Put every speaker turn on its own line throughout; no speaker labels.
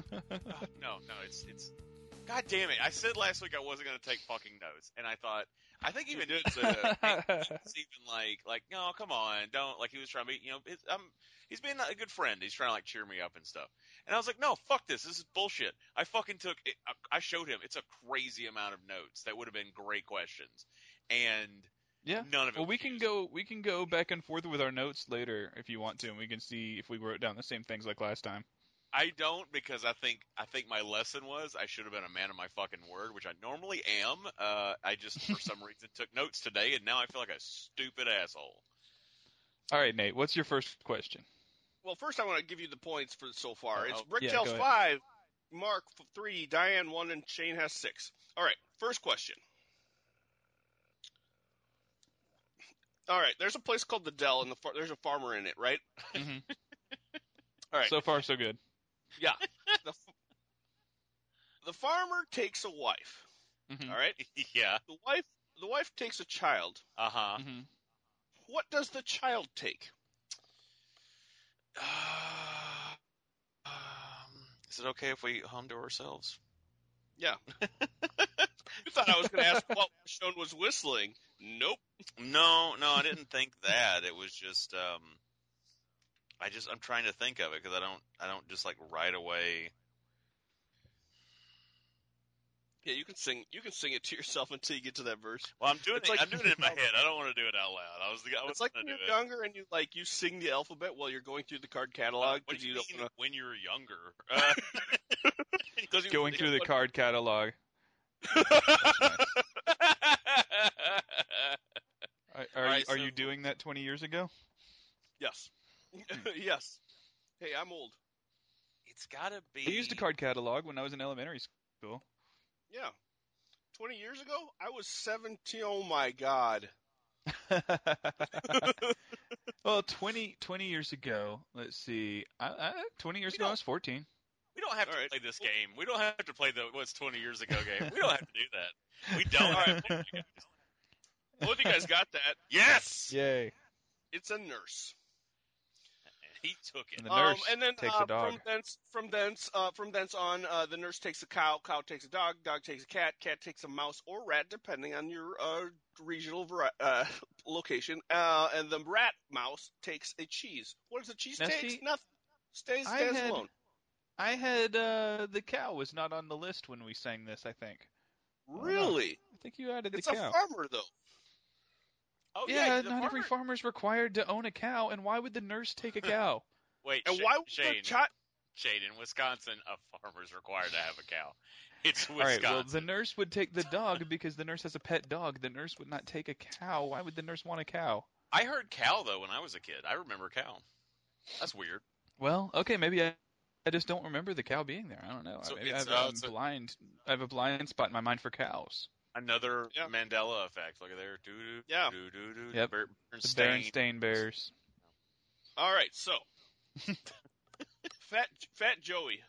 no, no. It's it's. God damn it! I said last week I wasn't gonna take fucking notes, and I thought I think even it's uh, it's even like like no, come on, don't like he was trying to be you know it's, I'm he's being a good friend. He's trying to like cheer me up and stuff. And I was like, no, fuck this. This is bullshit. I fucking took. It, uh, I showed him. It's a crazy amount of notes that would have been great questions, and
yeah.
none of it.
Well,
was
we can
used.
go. We can go back and forth with our notes later if you want to, and we can see if we wrote down the same things like last time.
I don't because I think I think my lesson was I should have been a man of my fucking word, which I normally am. Uh, I just for some reason took notes today, and now I feel like a stupid asshole.
All right, Nate. What's your first question?
Well, first I want to give you the points for so far. It's
Oh,
Rick
yeah,
tells
go ahead.
five, Mark f- three, Diane one, and Shane has six. All right, first question. All right, there's a place called the Dell, and the far- there's a farmer in it, right?
Mhm.
All right,
So far, so good.
yeah. The, f- the farmer takes a wife.
Mhm.
All right,
yeah.
the wife the wife takes a child.
Uh huh.
Mhm.
What does the child take?
Uh, Um, is it okay if we hum to ourselves?
You thought I was going to ask what Sean was whistling. Nope.
No, no, I didn't think that. It was just um, I just I'm trying to think of it because I don't I don't just like right away.
Yeah, you can sing. You can sing it to yourself until you get to that verse.
Well, I'm doing
It's
it.
like-
I'm doing it in my head. I don't want to do it out loud. I was I was
It's like
gonna
when you're
do it.
younger and you like you sing the alphabet while you're going through the card catalog
What
because
do
you,
you
don't
mean
want
when you were younger? Uh, 'cause you-
Going through the card catalog. Are, are,
Alright,
you, are
so-
you doing that 20 years ago?
to. Yes. Hmm. yes. Hey, I'm old.
it's gotta be.
I used a card catalog when I was in elementary school.
Yeah. Twenty years ago, I was seventeen. Oh my god.
well, 20, 20 years ago, let's see. I, I, 20 years
We
ago, I
don't-
was 14.
We don't have
All
to
right.
play this game. We don't have to play the what's 20 years ago game. We don't have to do that. We don't.
All
have
right.
to play that.
Both you guys got that.
Yes.
Yay.
It's a nurse.
He took it.
And the nurse
um, and then
takes
uh,
a dog.
from thence from thence uh, from thence on uh, the nurse takes a cow cow takes a dog dog takes a cat cat takes a mouse or rat depending on your uh, regional vari- uh, location uh, and the rat mouse takes a cheese what does the cheese
Now,
take
see,
nothing stays
I
stays
had-
alone
I had uh, the cow was not on the list when we sang this, I think. Oh,
really
I think you added the
it's a
cow.
farmer though
Oh
yeah,
yeah. the
not every
farmer-
farmer's required to own a cow, and why would the nurse take a cow?
Wait.
and
Sh-
why would
Shane,
the child
Shane in Wisconsin, a farmer's required to have a cow. It's
All right,
Wisconsin.
well, the nurse would take the dog because the nurse has a pet dog. The nurse would not take a cow. Why would the nurse want a cow?
I heard cow though when I was a kid. I remember cow. That's weird.
Well, okay, maybe I, I just don't remember the cow being there. I don't know.
So
maybe I
it's,
have,
uh,
I'm
so-
blind. I have a blind spot in my mind for cows.
Another
Yeah.
Mandela effect. Look at there. Doo-doo,
Yeah.
doo-doo,
Yep.
Ber-
The
Bernstein.
Berenstain Bears.
all right so fat fat Joey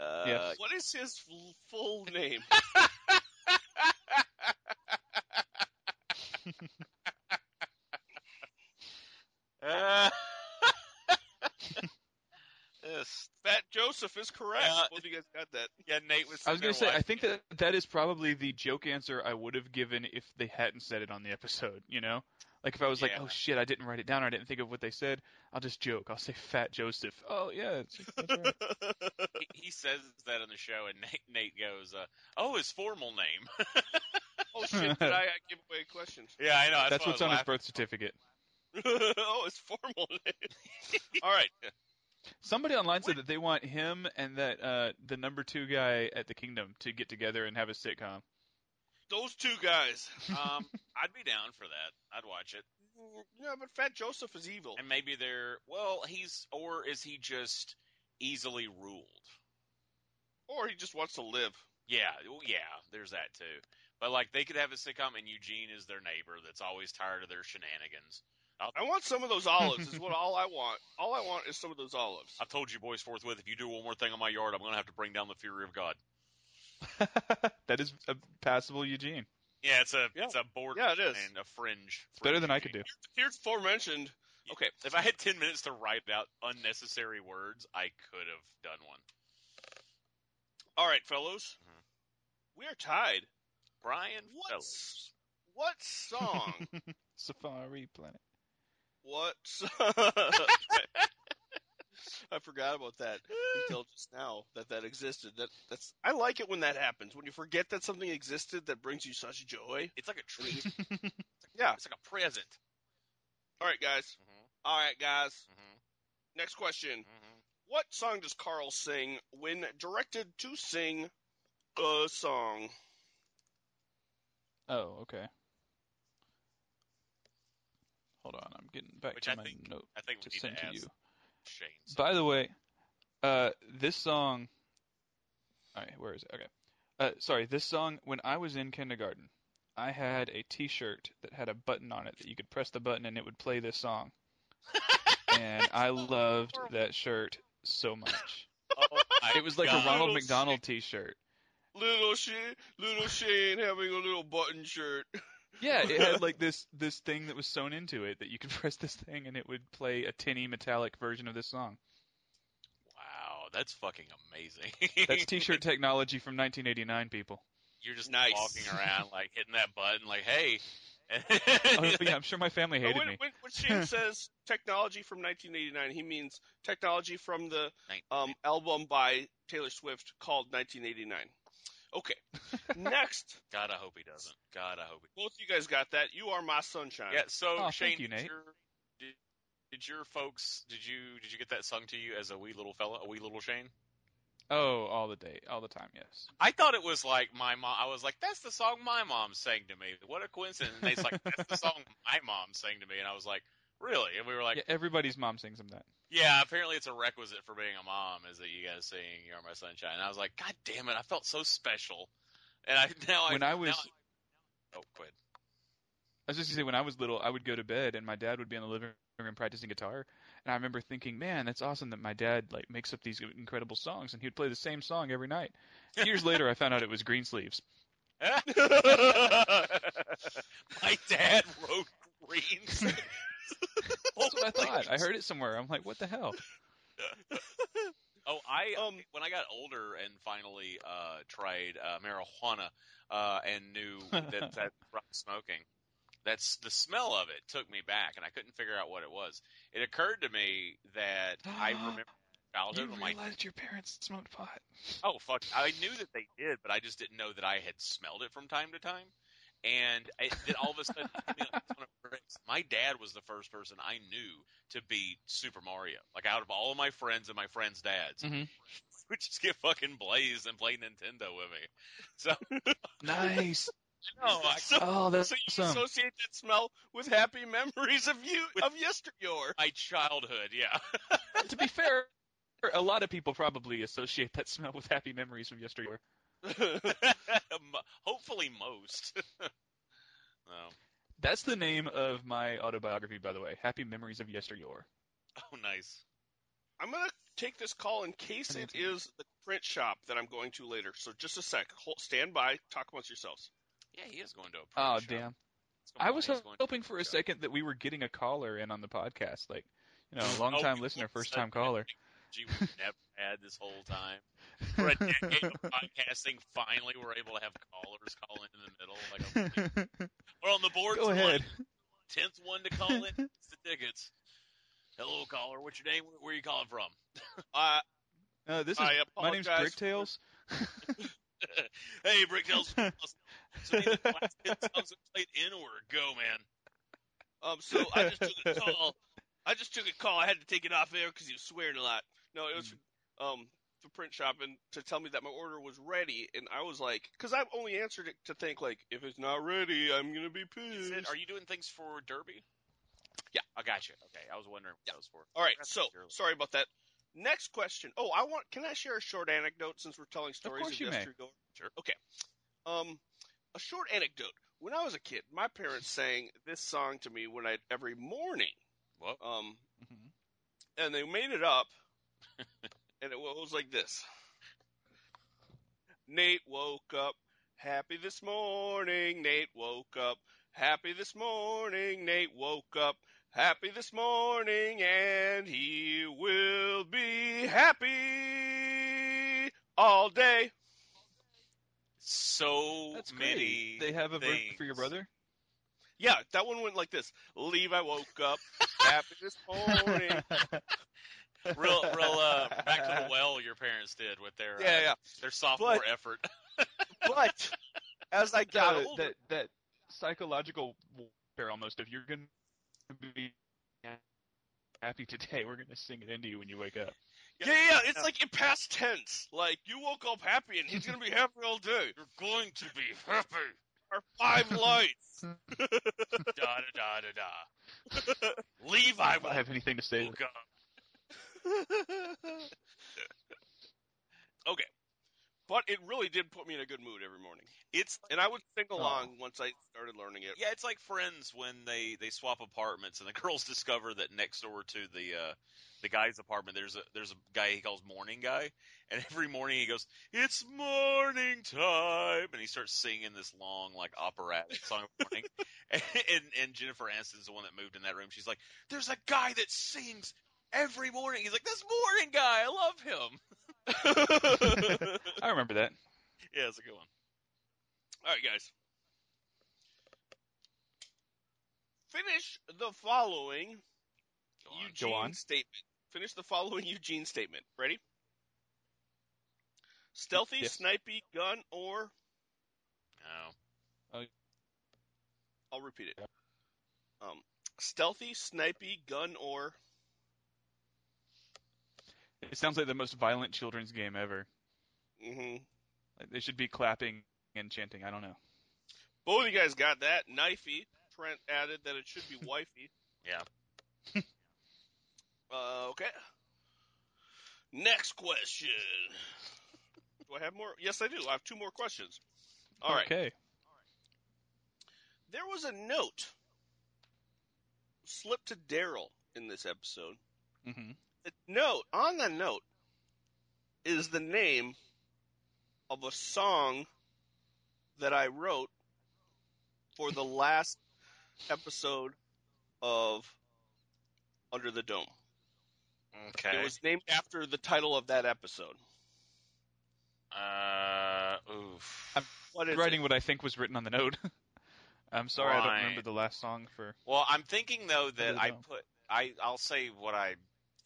Uh,
Yes.
what is his f- full name
Uh, yes.
Fat Joseph is correct
Yeah.
both of you guys got that
Yeah, Nate was.
I was
going
gonna
to
say, I think that that is probably the joke answer I would have given if they hadn't said it on the episode. You know, like if I was like,
Yeah.
"Oh shit, I didn't write it down. Or I didn't think of what they said." I'll just joke. I'll say Fat Joseph. Oh yeah, it's, that's right.
he, he says that on the show, and Nate, Nate goes, uh, "Oh, his formal name."
oh shit did I, I give away questions
yeah, I know.
that's
why
what's
I
on
was
his birth certificate.
oh, it's formal. All right.
Somebody online said that they want him and that uh, the number two guy at the kingdom to get together and have a sitcom.
Those two guys.
laughing. um, I'd be down for that. I'd watch it,
Yeah, but Fat Joseph is evil.
and maybe they're well. He's or is he just easily ruled?
Or he just wants to live.
Yeah, well, yeah, there's that too. But like they could have a sitcom and Eugene is their neighbor that's always tired of their shenanigans.
I want some of those olives. is what all I want. All I want is some of those olives.
I told you boys forthwith if you do one more thing on my yard, I'm going to have to bring down the fury of God.
that is a passable Eugene.
Yeah, it's a
Yeah.
it's a board
Yeah, it is.
and a fringe.
It's better
fringe
than I could do.
Eugene.
Here's aforementioned. Okay,
If I had 10 minutes to write out unnecessary words, I could have done one.
all right, fellows,
Mhm.
we are tied.
Brian
Mm-hmm. What?
Fellows.
What song?
Safari Planet.
what? so- I forgot about that until just now that that existed. That that's. I like it when that happens. When you forget that something existed that brings you such joy.
It's like a treat.
Yeah.
It's like a present.
All right, guys.
Mm-hmm.
All right, guys. Next question. What song does Carl sing when directed to sing a song?
Oh, okay. Hold on, I'm getting back
Which
to
I
my
think-
note
I think
to
we need
send
to
to
ask
you.
Shane.
By the way, uh, this song. All right, where is it? Okay. Uh, sorry, this song. When I was in kindergarten, I had a T-shirt that had a button on it that you could press the button and it would play this song, and I loved that shirt so much.
Oh
It was like a Ronald
Little
McDonald T-shirt.
Little Shane, little Shane having a little button shirt.
Yeah, it had like this this thing that was sewn into it that you could press this thing and it would play a tinny metallic version of this song.
Wow, that's fucking amazing.
That's T-shirt technology from 1989, people.
You're just
Nice.
walking around, like hitting that button, like, hey.
Oh, yeah, I'm sure my family
But
hated
when,
me.
when, when Shane says technology from 1989, he means technology from the um, album by Taylor Swift called 1989. Okay. Next,
God, I hope he doesn't. God, I hope he.
both of you guys got that. You are my sunshine.
Yeah. So
Oh, thank
Shane,
you,
did,
Nate.
Your, did, did your folks? Did you did you get that sung to you as a wee little fella, a wee little Shane?
Oh, all the day, all the time. Yes.
I thought it was like my mom. I was like, that's the song my mom sang to me. What a coincidence! And it's like that's the song my mom sang to me, and I was like, really? And we were like,
yeah, everybody's mom sings them that.
Yeah, apparently it's a requisite for being a mom is that you guys sing "You're My Sunshine." And I was like, God damn it, I felt so special. And I now
When
I,
I was-
now I- oh, quit.
I was just gonna say when I was little, I would go to bed and my dad would be in the living room practicing guitar, and I remember thinking, man, that's awesome that my dad like makes up these incredible songs, and he would play the same song every night. Years later, I found out it was Greensleeves.
My dad wrote greens.
That's what I thought. I heard it somewhere. I'm like, what the hell?
Oh, I
Um,
when I got older and finally uh, tried uh, marijuana uh, and knew that that from smoking, that's the smell of it took me back, and I couldn't figure out what it was. It occurred to me that I remember childhood.
you
I'm like,
realized your parents smoked pot.
oh fuck! I knew that they did, but I just didn't know that I had smelled it from time to time. And it, then all of a sudden, I mean, like, on a race, my dad was the first person I knew to be Super Mario. Like out of all of my friends and my friends' dads,
Mhm.
would just get fucking blazed and play Nintendo with me. So
Nice.
no, I,
So,
Oh, that's
so you
awesome.
associate that smell with happy memories of you of yesteryear.
my childhood, yeah.
to be fair, a lot of people probably associate that smell with happy memories from yesteryear.
Mo- Hopefully, most. no.
That's the name of my autobiography, by the way. Happy Memories of Yesteryear.
Oh, nice.
I'm gonna take this call in case it is the print shop that I'm going to later. So just a sec. Hold, stand by. Talk amongst yourselves.
Yeah, he is going to a print
Oh,
shop.
damn.
It's gonna
I
be
was
nice going to
hoping for a
shop.
second that we were getting a caller in on the podcast. Like, you know, a long
Oh,
time
we
listener,
almost
first
said
time
that.
caller.
Gee, we've never had this whole time. For a decade of podcasting, finally we're able to have callers call in in the middle. Like, I'm- we're on the board.
Go ahead.
Tenth one to call in. It's the tickets. Hello, caller. What's your name? Where, where are you calling from?
Uh,
Uh, this is,
I
my name's
apologize
Bricktails.
hey, Bricktails. So many of the last 10 songs I played in order. Go, man.
um, so I just took a call. I just took a call. I had to take it off air because he was swearing a lot. No, it was
Mm.
um the print shop and to tell me that my order was ready, and I was like, because I've only answered it to think like, if it's not ready, I'm gonna be
Is
pissed.
it, are you doing things for Derby?
Yeah.
I got you. Okay, I was wondering what that was for.
All right, so sorry about that. Next question. Oh, I want. Can I share a short anecdote since we're telling stories
course you may.
yesterday? Sure. Okay. Um, a short anecdote. When I was a kid, my parents sang this song to me when I every morning.
Whoa.
Um,
Mhm.
and they made it up, and it was like this. Nate woke up happy this morning. Nate woke up happy this morning. Nate woke up happy this morning, and he will be happy all day.
So
That's great.
many.
They have a verse for your
things.
brother.
Yeah, that one went like this. Leave, I woke up happy this morning.
real, real. Uh, back to the well. Your parents did with their uh,
Yeah, yeah.
their sophomore
But-
effort.
But as I got
that,
older,
that that psychological warfare almost. If you're gonna be happy today, we're gonna sing it into you when you wake up.
Yeah, yeah, it's like in past tense. Like you woke up happy, and he's gonna be happy all day.
You're going to be happy.
Our five lights.
da da da da da. Levi
I don't have anything to say.
woke up.
okay, but it really did put me in a good mood every morning,
It's
and I would sing
Oh.
along once I started learning it.
Yeah, it's like Friends when they they swap apartments and the girls discover that next door to the uh, the guy's apartment there's a there's a guy he calls Morning Guy, and every morning he goes, "It's morning time," and he starts singing this long like operatic song of morning. and, and and Jennifer Aniston's the one that moved in that room. She's like, "There's a guy that sings." Every morning, he's like, "This morning guy, I love him."
I remember that.
Yeah, it's a good one.
All right, guys. Finish the following
Go on.
Eugene
on.
statement. Finish the following Eugene statement. Ready? Stealthy,
Yes.
snipey, gun, or
No.
I'll repeat it. Um, stealthy, snipey, gun, or
It sounds like the most violent children's game ever.
hmm
Like, they should be clapping and chanting. I don't know.
both of you guys got that. Knifey. Trent added that it should be wifey.
Yeah.
uh, okay. Next question. Do I have more? Yes, I do. I have two more questions. All right.
Okay.
There was a note slipped to Daryl in this episode.
hmm
The note on the note is the name of a song that I wrote for the last episode of Under the Dome.
Okay.
It was named after the title of that episode.
Uh, oof.
I'm
What is
Writing
it?
what I think was written on the note. I'm sorry, I don't remember
Right.
the last song for.
Well, I'm thinking though that
the
I
dome.
put I I'll say what I'm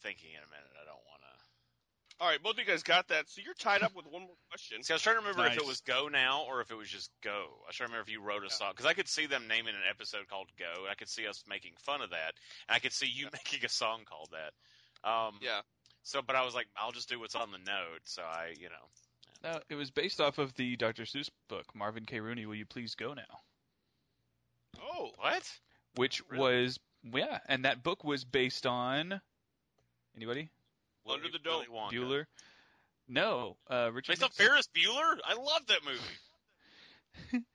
thinking in a minute. I don't want to.
All right, both of you guys got that. So you're tied up with one more question.
See, I was trying to remember if it
Nice.
was Go Now or if it was just Go. I was trying to remember if you wrote a song because I could see them naming an episode called Go, and I could see us making fun of that, and I could see you making a song called that. Um,
Yeah.
So, but I was like, I'll just do what's on the note. So I, you know,
No, it was based off of the Dr. Seuss book, Marvin K. Rooney. Will you please go now?
Oh,
what?
Which
Really?
was yeah, and that book was based on anybody
Will
Under
you
the Dome.
Willy Wonka.
Bueller. No, uh, Richard.
Based on
Nixon.
Ferris Bueller. I love that movie.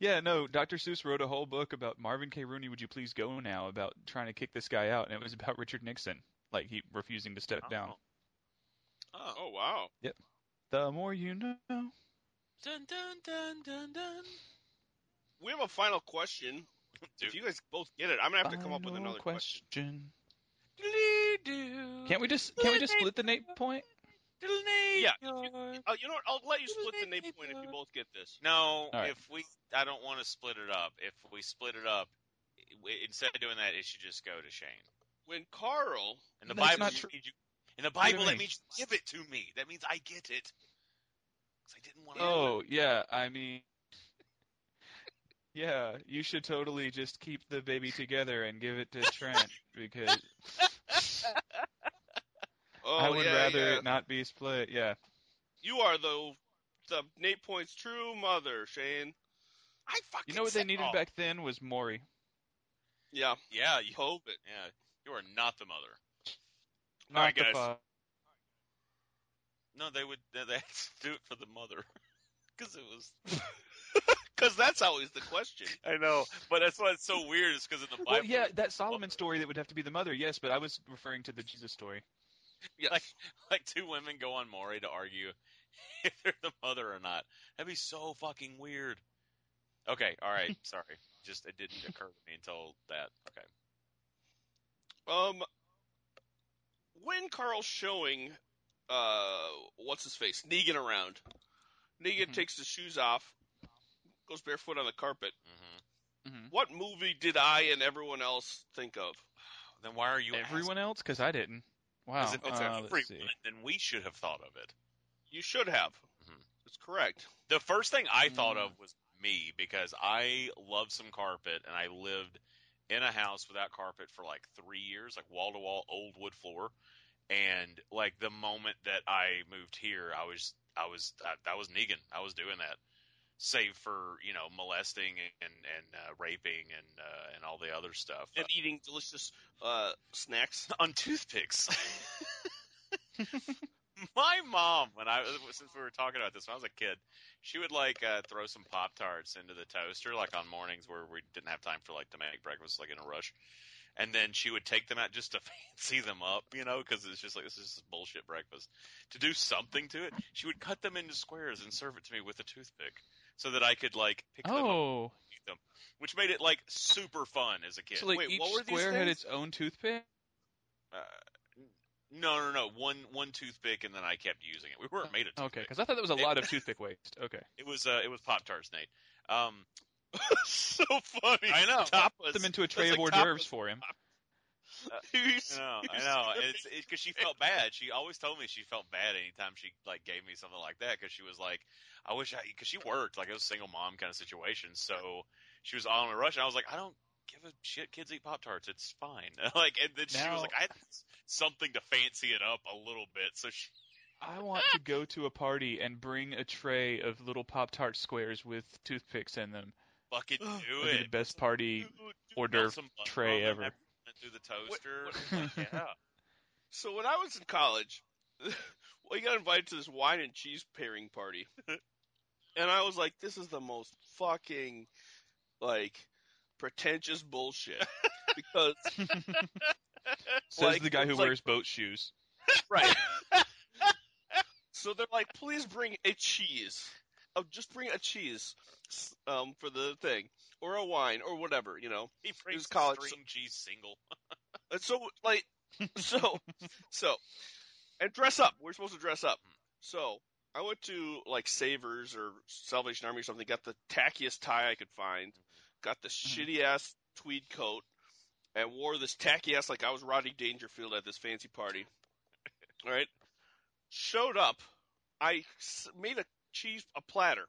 Yeah, no. Dr. Seuss wrote a whole book about Marvin K. Rooney. Would you please go now? About trying to kick this guy out, and it was about Richard Nixon, like he refusing to step down.
Oh.
oh wow.
The more you know.
Dun dun dun dun dun.
We have a final question. If
Dude.
you guys both get it, I'm gonna have to come up with
Final
another question.
question. Can't we just can't we just split the Nate point?
Yeah. Oh, you know what? I'll let you split the name point if you both get this.
No,
All right.
if we, I don't want to split it up. If we split it up, i- instead of doing that, it should just go to Shane.
When Carl,
In the
That's
Bible,
not
you
true.
need you- in the
do you
Bible, that
mean?
means you give it to me. That means I get it. 'Cause I didn't want to.
Oh yeah, I mean, yeah, you should totally just keep the baby together and give it to Trent because
oh,
I would
yeah,
rather
yeah.
it not be split. Yeah,
you are the the Nate points true mother, Shane.
I fucking.
you know what they
said-
needed
oh,
back then was Maury.
Yeah,
Yeah, you,
hope it.
yeah. You are not the mother.
Not
right,
the
guys.
fa-
no, they would they had to do it for the mother because it was.
Because that's always the question.
I know, but that's why it's so weird. Is because in the Bible,
Well, yeah, that Solomon story that would have to be the mother. Yes, but I was referring to the Jesus story.
Yes.
Like, like two women go on Maury to argue if they're the mother or not. That'd be so fucking weird. Okay, all right, sorry. Just it didn't occur to me until that. Okay,
Um, when Carl's showing, uh, what's his face, Negan around, Negan
Mhm.
takes his shoes off, goes barefoot on the carpet.
hmm
hmm
What movie did I and everyone else think of?
then why are you
Everyone else, because I didn't. Wow.
Because if it's
uh,
everyone,
let's see.
then we should have thought of it.
You should have.
Mhm.
That's correct.
The first thing I thought
Mm.
of was me because I love some carpet and I lived in a house without carpet for like three years, like wall to wall old wood floor. And like the moment that I moved here, I was I was I, that was Negan. I was doing that, save for you know molesting and and uh, raping and uh, and all the other stuff
And eating delicious uh, snacks.
on toothpicks. My mom, when I since we were talking about this when I was a kid, she would like uh, throw some pop tarts into the toaster, like on mornings where we didn't have time for like to make breakfast, like in a rush. And then she would take them out just to fancy them up, you know, because it's just like this is bullshit breakfast. To do something to it, she would cut them into squares and serve it to me with a toothpick, so that I could like pick them up,
Oh,
which made it like super fun as a kid.
so like
Wait,
each
what were these
square had
things?
its own toothpick.
Uh, no, no, no. One one toothpick, and then I kept using it. We weren't made of
Oh, Okay,
toothpick.
because I thought that was a
It-
lot of toothpick waste. Okay,
It was uh, it was Pop Tarts, Nate. Um,
so funny.
I know.
put
Topless.
them into a tray
like
of hors
top-
d'oeuvres for him.
I know, I know. It's because she felt bad. She always told me she felt bad anytime she like gave me something like that because she was like, I wish I because she worked like it was a single mom kind of situation, so she was all in a rush. And I was like, I don't give a shit. Kids eat Pop Tarts. It's fine. Like, and then she
Now-
was like, I had something to fancy it up a little bit. So she
I want to go to a party and bring a tray of little Pop Tart squares with toothpicks in them.
fucking do
It'd be the
it.
best party hors
Melt
d'oeuvre
some butter
tray
on
ever.
them, put it Through the toaster.
what-
yeah.
So when I was in college, we got invited to this wine and cheese pairing party, and I was like, "This is the most fucking like pretentious bullshit." Because
Says
Like,
the guy who
it's like-
wears boat shoes.
right, so they're like, "Please bring a cheese. Oh, just bring a cheese um, for the thing, or a wine, or whatever, you know."
He brings
college,
string cheese single.
And Uh, so like so so and dress up. We're supposed to dress up. So I went to like Savers or Salvation Army or something, got the tackiest tie I could find, got the shitty ass tweed coat, and wore this tacky ass like I was Rodney Dangerfield at this fancy party. All right. Showed up. I s- made a cheese a platter,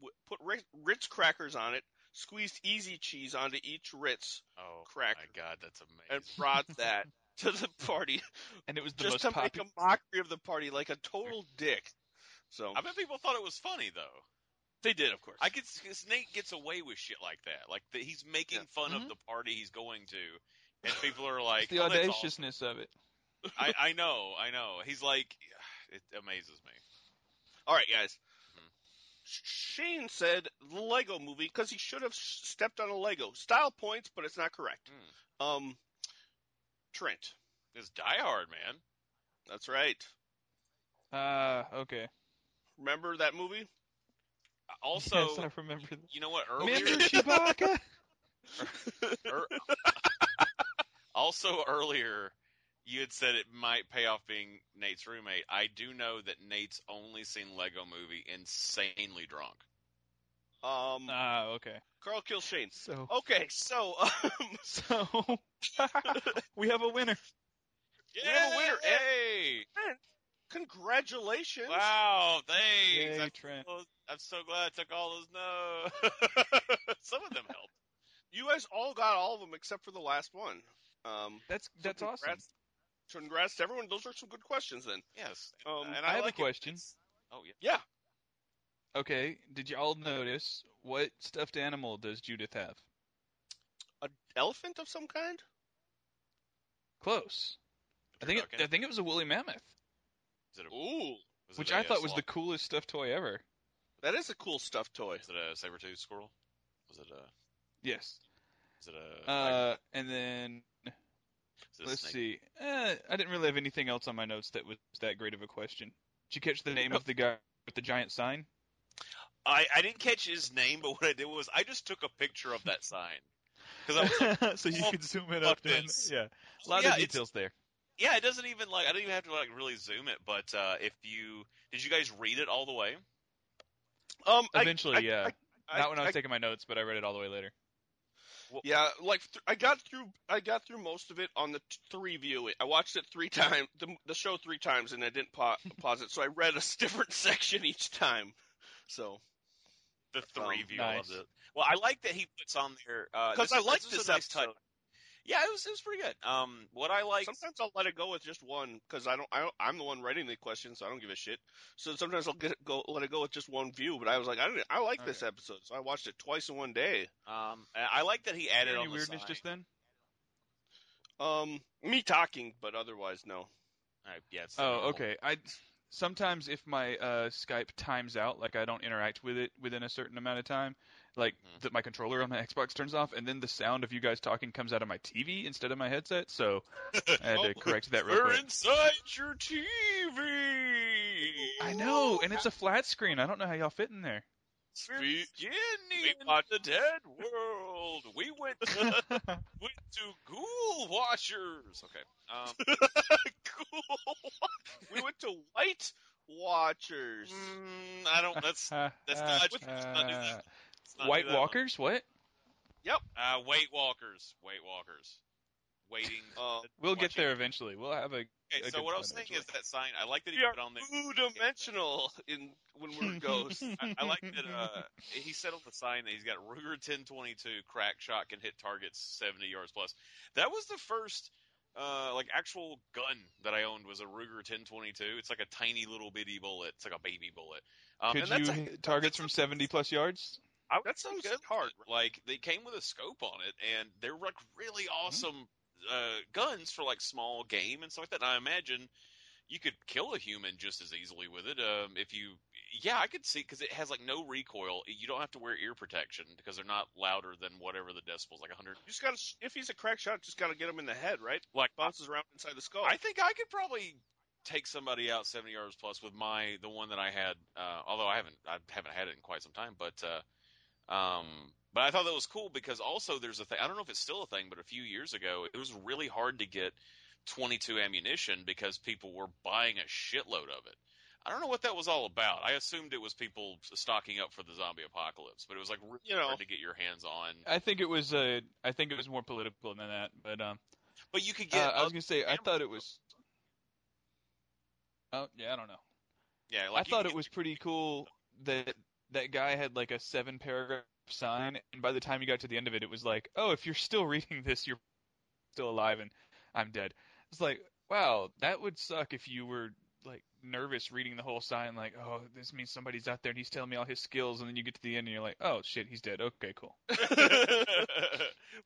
w- put Ri- Ritz crackers on it, squeezed easy cheese onto each Ritz,
Oh
Cracker.
my god, that's
and
amazing.
brought that to the party
And it was the
just to
most popular.
make a mockery of the party, like a total dick. So
I bet people thought it was funny though.
they did, of course.
I could because Nate gets away with shit like that. Like the, he's making
Yeah.
fun
Mhm.
of the party he's going to, and people are like,
the
"Oh, that's
audaciousness of it.
awesome." I, I know, I know. He's like, it amazes me.
All right, guys.
Mhm.
Shane said the Lego movie because he should have s- stepped on a Lego. Style points, but it's not correct. Um, Trent.
It's Die Hard, man.
That's right.
Ah, okay.
Remember that movie?
Also,
yes, I remember. that.
you know what?
Remember
Earlier,
Chewbacca?
er- also earlier, you had said it might pay off being Nate's roommate. I do know that Nate's only seen Lego Movie insanely drunk.
Um,
Ah, okay.
Carl kills Shane.
So,
Okay, so um,
so we have a winner.
Yeah,
We have a winner, and-
Hey!
congratulations.
Wow, thanks.
Yay,
I'm,
Trent.
so- I'm so glad I took all those notes. Some of them helped.
You guys all got all of them except for the last one. Um,
That's
so
that's awesome.
congrats- Congrats to everyone. Those are some good questions then.
Yes.
Um,
and
I
I,
have a
like it.
question.
It's- Oh, yeah.
Yeah.
Okay, did y'all notice what stuffed animal does Judith have?
An elephant of some kind?
Close. I think it,
Okay.
I think it was a woolly mammoth.
Is it a,
Ooh.
was it
which
a,
I
uh,
thought was
sloth?
the coolest stuffed toy ever.
That is a cool stuffed toy.
Is it a saber-toothed squirrel? Was it a?
Yes.
Is it a?
Uh, and then
is it a
let's
snake?
see. Eh, I didn't really have anything else on my notes that was that great of a question. Did you catch the name of the guy with the giant sign?
I, I didn't catch his name, but what I did was I just took a picture of that sign because I was like,
so you
"Oh,
can zoom it
fuck
up. and-
this."
Yeah, a lot
yeah,
of
it's-
details there.
yeah, it doesn't even like I don't even have to like really zoom it. But uh, if you did, you guys read it all the way.
Um, I-
Eventually,
I-
yeah.
I-
Not when I was
I-
taking my notes, but I read it all the way later.
Yeah, like th- I got through. I got through most of it on the t- three view. I watched it three times, the, the show three times, and I didn't pa- pause it. So I read a s- different section each time. So
The three
Oh,
view I
nice.
loved it. Well, I like that he puts on there uh,
because I like
like
this,
was a nice
episode.
touch. Yeah, it was it was pretty good. Um, what I like
Sometimes I'll let it go with just one because I don't, I don't. I'm the one writing the questions, so I don't give a shit. So sometimes I'll get go let it go with just one view. But I was like, I don't. I like this
Okay.
episode, so I watched it twice in one day.
Um, I I like that he added
Any
on the
weirdness
sign.
just then?
Um, me talking, but otherwise no.
All right, yeah, it's the
Oh,
normal.
okay. I sometimes if my uh, Skype times out, like I don't interact with it within a certain amount of time, like
Mhm.
that my controller on my Xbox turns off, and then the sound of you guys talking comes out of my TV instead of my headset. So I had to
Oh,
correct that real
We're
quick.
inside your TV.
I know, and it's a flat screen. I don't know how y'all fit in there.
We're
Spe-
skinny in the dead world. We went to, went to ghoul washers. Okay. Um,
cool. we went to White Watchers.
mm, I don't.
Uh,
That's
that's
not- let's
uh,
not do that. let's not do
White
that one.
Walkers? What?
Uh, Weight Walkers. Weight Walkers. Waiting.
Uh,
We'll get
Um, watching.
there eventually. We'll have a
Okay,
I
so
can
what I
find
was
it
saying
eventually.
is that sign. I like that he
We
put on there.
two dimensional in when we're ghosts.
I, I like that uh, he said on the sign that he's got Ruger 1022 crack shot can hit targets 70 yards plus. That was the first uh, like actual gun that I owned was a Ruger 1022. It's like a tiny little bitty bullet. It's like a baby bullet. Um,
Could
and that's
you
a-
hit targets from 70 plus yards?
I-
That sounds
that's
good. Hard.
Like they came with a scope on it, and they're like really awesome uh, guns for like small game and stuff like that. And I imagine you could kill a human just as easily with it. Um, if you, yeah, I could see because it has like no recoil. You don't have to wear ear protection because they're not louder than whatever the decibels, like hundred.
You just gotta, sh- if he's a crack shot, just gotta get him in the head, right?
Like
Bounces around inside the skull.
Oh, I think I could probably take somebody out seventy yards plus with my the one that I had. Uh, although I haven't I haven't had it in quite some time, but uh, um, but I thought that was cool because also there's a thing. I don't know if it's still a thing, but a few years ago it was really hard to get 22 ammunition because people were buying a shitload of it. I don't know what that was all about. I assumed it was people stocking up for the zombie apocalypse, but it was like really
You know.
hard to get your hands on.
I think it was uh, I think it was more political than that, but um,
But you could get
uh, I was
other-
gonna say I
cameras.
thought it was. Oh yeah, I don't know.
yeah, like
I
you
thought
could
it
get-
was pretty cool that that guy had like a seven paragraph sign, and by the time you got to the end of it, it was like, oh, if you're still reading this, you're still alive, and I'm dead. It's like, wow, that would suck if you were like nervous reading the whole sign, like, oh, this means somebody's out there and he's telling me all his skills, and then you get to the end and you're like, oh shit, he's dead. Okay, cool.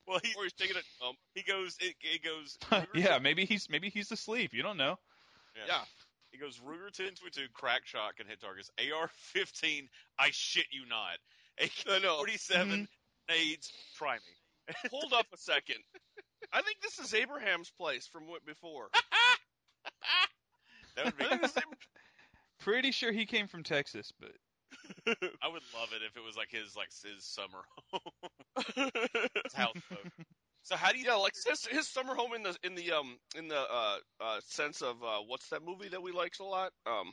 well, he's,
Or he's taking a dump.
he goes. It, it goes.
yeah, maybe he's maybe he's asleep. You don't know.
Yeah.
Yeah.
He goes Ruger 1022 crack shot can hit targets. AR 15, I shit you not.
I
AK
know. Mm-hmm.
47 nades, try me.
Hold up a second. I think this is Abraham's place from what before.
That would be.
I think this is Abra-
Pretty sure he came from Texas, but
I would love it if it was like his like his summer home. His house boat. So how do you
yeah, like his, his summer home in the in the um in the uh, uh sense of uh, what's that movie that we liked a lot? Um,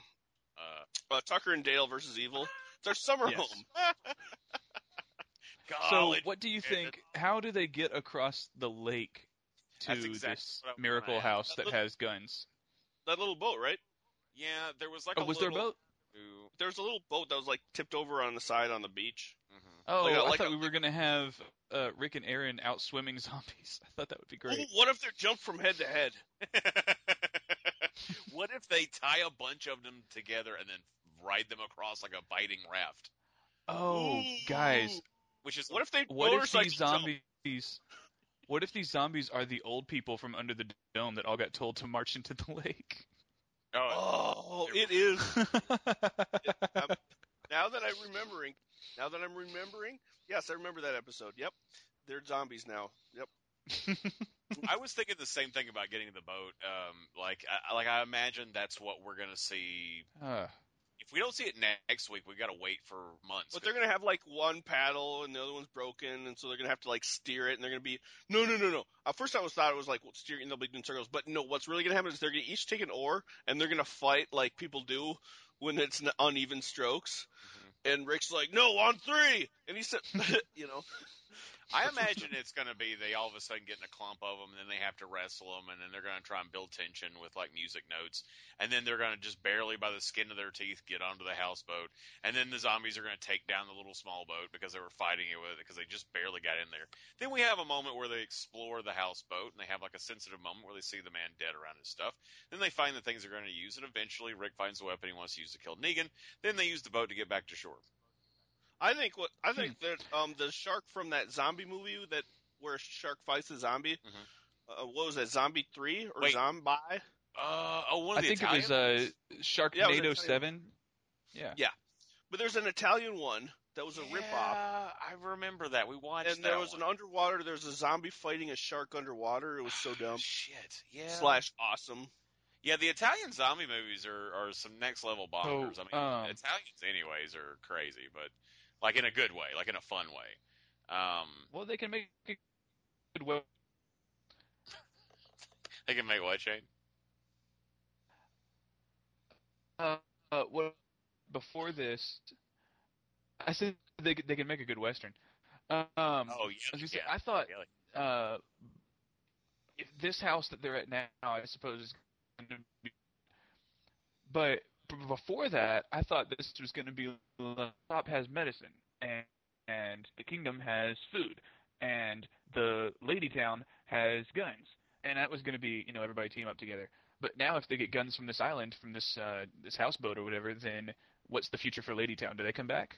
uh,
uh, Tucker and Dale versus Evil. It's our summer
Yes.
home.
So,
college?
what do you
and
think? How do they get across the lake to
That's exactly
this
what I was gonna
miracle
ask.
house
That
that has guns?
That little boat, right?
yeah, there was like
Oh,
a
was
little,
there a boat?
There was a little boat that was like tipped over on the side on the beach.
Mhm.
Oh,
like a-
I
like
thought
a-
we were gonna have uh, Rick and Aaron out swimming zombies. I thought that would be great.
Ooh, what if they're jumped from head to head?
what if they tie a bunch of them together and then ride them across like a biting raft?
Oh, guys,
Which is
What if they
what if
motorcycle
these
jump?
zombies? What if these zombies are the old people from under the dome that all got told to march into the lake?
Oh,
Oh,
There-
it is. I'm- now that I'm remembering, now that I'm remembering, yes, I remember that episode. Yep, they're zombies now. Yep.
I was thinking the same thing about getting in the boat. Um, like, I, like I imagine that's what we're gonna see.
Ah,
If we don't see it next week, we gotta wait for months.
But they're gonna have like one paddle and the other one's broken, and so they're gonna have to like steer it, and they're gonna be no, no, no, no. At first, I was thought it was like well, steering, they'll be doing circles, but no. What's really gonna happen is they're gonna each take an oar, and they're gonna fight like people do when it's an uneven strokes. And Rick's like, no, on three, and he said, you know,
I imagine it's going to be they all of a sudden get in a clump of them, and then they have to wrestle them, and then they're going to try and build tension with like music notes, and then they're going to just barely by the skin of their teeth get onto the houseboat, and then the zombies are going to take down the little small boat because they were fighting it with because they just barely got in there. Then we have a moment where they explore the houseboat and they have like a sensitive moment where they see the man dead around his stuff. Then they find the things they're going to use, and eventually Rick finds the weapon he wants to use to kill Negan. Then they use the boat to get back to shore.
I think what I think that um the shark from that zombie movie that where a shark fights a zombie.
Mhm.
Uh, what was that? Zombie three or
Wait.
zombie?
Uh, oh, one
I
of the
think it
Italian
was uh,
ones?
Yeah, it was
Sharknado
Italian.
Seven. Yeah.
But there's an Italian one that was a
yeah,
ripoff.
I remember that. We watched
And
that
there was
one.
an underwater. There was a zombie fighting a shark underwater. It was so dumb.
Shit. Yeah.
Slash awesome.
Yeah, the Italian zombie movies are, are some next level bonkers.
Oh,
I mean,
um,
Italians anyways are crazy, but like in a good way, like in a fun way. Um,
Well, they can make a good web.
they can make what Shane?
Uh, uh, what before this? I said they could- they can make a good western. Um,
Oh yeah.
I was gonna say,
yeah.
I thought
Yeah, like-
uh, if this house that they're at now, I suppose, is going to be. But b- before that, I thought this was going to be the top has medicine, and and the kingdom has food, and the lady town has guns, and that was going to be you know everybody team up together. But now, if they get guns from this island, from this uh, this houseboat or whatever, then what's the future for Lady Town? Do they come back?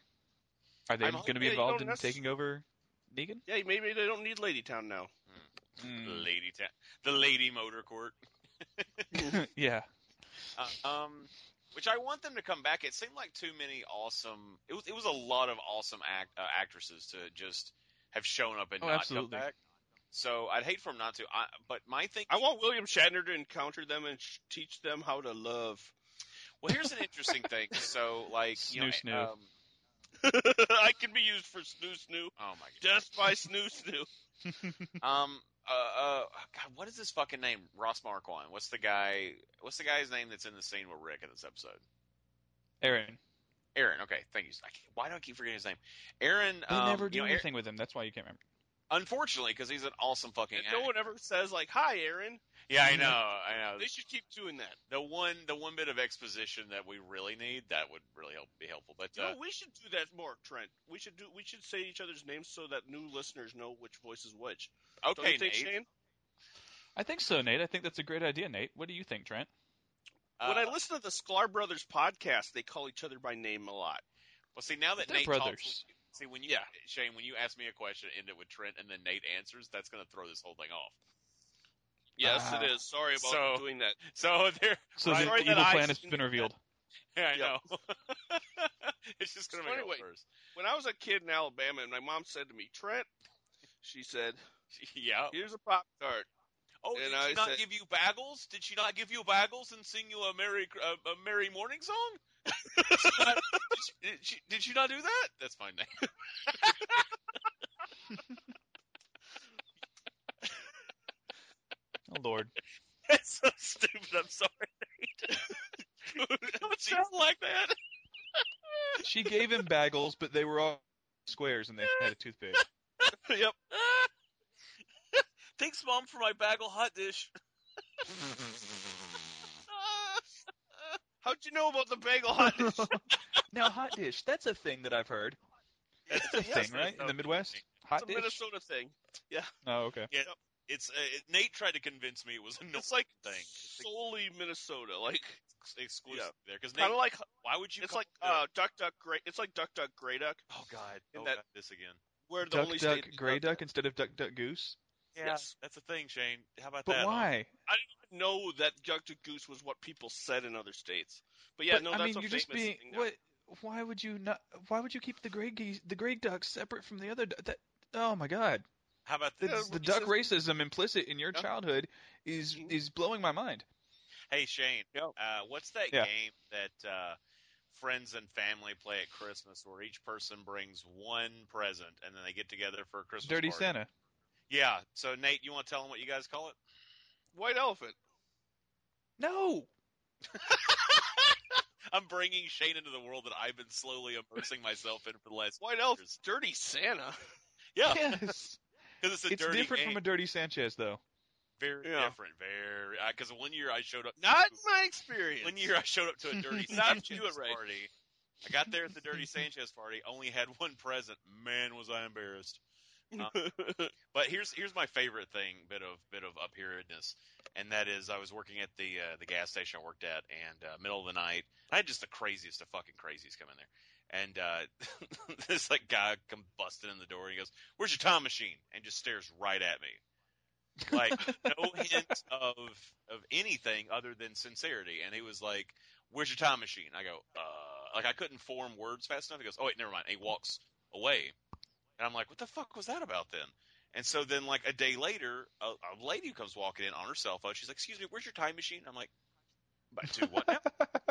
Are they
I'm
going to
hoping
be
they
involved in
don't necess-
taking over Negan?
Yeah, maybe they don't need Ladytown now.
Mm,
Lady ta- the Lady Motor Court.
yeah.
Uh, um, which I want them to come back. It seemed like too many awesome. It was it was a lot of awesome act, uh, actresses to just have shown up and
Oh,
not
absolutely.
come back. So I'd hate for them not to. I, but my thing.
I want William Shatner to encounter them and sh- teach them how to love.
Well, here's an interesting thing. So like you know,
Snoo, snoo.
um,
I can be used for snoo snoo.
oh my god.
Just by snoo snoo.
Um. Uh, uh. God. What is his fucking name? Ross Marquand. What's the guy? What's the guy's name that's in the scene with Rick in this episode?
Aaron.
Aaron. Okay. Thank you. I can't- why do I keep forgetting his name? Aaron.
They
um,
never do
you know, Aaron-
anything with him. That's why you can't remember.
unfortunately, because he's an awesome fucking.
And no
actor.
one ever says like, "Hi, Aaron."
Yeah, I know. I know.
They should keep doing that.
the one the one bit of exposition that we really need that would really help be helpful. But
You
uh,
know, we should do that more, Trent. We should do. We should say each other's names so that new listeners know which voice is which. Don't
uh, okay,
you think,
Nate.
Shane?
I think so, Nate. I think that's a great idea, Nate. What do you think, Trent?
Uh,
when I listen to the Sklar Brothers podcast, they call each other by name a lot.
well, see now that
They're
Nate
brothers.
talks. See when you Shane, when you ask me a question, end it with Trent, and then Nate answers. That's going to throw this whole thing off.
Yes,
Ah.
it is. Sorry about
So-
doing that.
So there,
So
Right,
the
sorry that
evil
I
plan has
seen
been
that.
revealed.
I
Yeah.
know. it's just going to
So
be
anyway-
first.
When I was a kid in Alabama, and my mom said to me, "Trent," she said,
Yeah.
"Here's a pop tart."
Oh,
And
did
I
she not
said-
give you bagels? Did she not give you bagels and sing you a merry uh, a, a merry morning song? did, she, did, she, did she not do that? That's fine. Nate.
Oh Lord.
That's so stupid. I'm sorry. Nate. Don't sound like that.
she gave him bagels, but they were all squares and they had a toothpick.
yep.
Thanks, mom, for my bagel hot dish.
How'd you know about the bagel hot dish?
now hot dish, that's a thing that I've heard. That's a
Yes,
thing, right?
that's
In the
a
Midwest?
thing.
Hot
it's a
dish?
Minnesota thing.
Oh, okay.
It's uh, it, Nate tried to convince me it was a North
It's like
thing. It's
solely Minnesota, like
ex- exclusive there because Nate.
kind of like
why would you?
it's
call
like
it a-
uh, duck duck gray. It's like duck duck gray duck.
oh god,
in
oh,
that-
God, this again.
We're the
Duck
only
duck
state that
gray
does
duck instead of duck duck goose.
Yes.
that's a thing, Shane. How about
But
that? huh?
why?
that. I know that Dr. Goose was what people said in other states. But yeah,
But,
no,
I
that's
mean,
a
you're
famous
just being
thing. now.
what? Why would you not? Why would you keep the gray geese, the gray ducks separate from the other? du- That oh my god,
How about
the,
Yeah,
this?
the
it's
duck
just-
racism implicit in your
Yeah.
childhood is
Mhm.
is blowing my mind.
Hey Shane,
Yeah.
uh, what's that
Yeah.
game that uh, friends and family play at Christmas, where each person brings one present and then they get together for a Christmas
Dirty
party?
Santa.
Yeah. So Nate, you want to tell them what you guys call it?
White elephant.
No,
I'm bringing Shane into the world that I've been slowly immersing myself in for the last
White elephant. Dirty Santa.
yeah,
yes,
because it's a
it's
dirty
different
game.
from a Dirty Sanchez though.
very
Yeah.
different, very because one year I showed up
Not in my experience.
One year I showed up to a Dirty
Not
Sanchez
you, Ray.
party. I got there at the Dirty Sanchez party, only had one present. Man, was I embarrassed. Uh, but here's here's my favorite thing, bit of bit of up hereedness, and that is I was working at the uh, the gas station I worked at, and uh, middle of the night, I had just the craziest of fucking crazies come in there, and uh, this like guy come busting in the door, and he goes, "Where's your time machine?" and just stares right at me like no hint of of anything other than sincerity. And he was like, "Where's your time machine?" I go, "Uh," like I couldn't form words fast enough. He goes, "Oh wait, never mind." And he walks away, and I'm like, "What the fuck was that about then?" And so then, like a day later, a, a lady comes walking in on her cell phone. She's like, "Excuse me, where's your time machine?" I'm like, "By two what?" now?"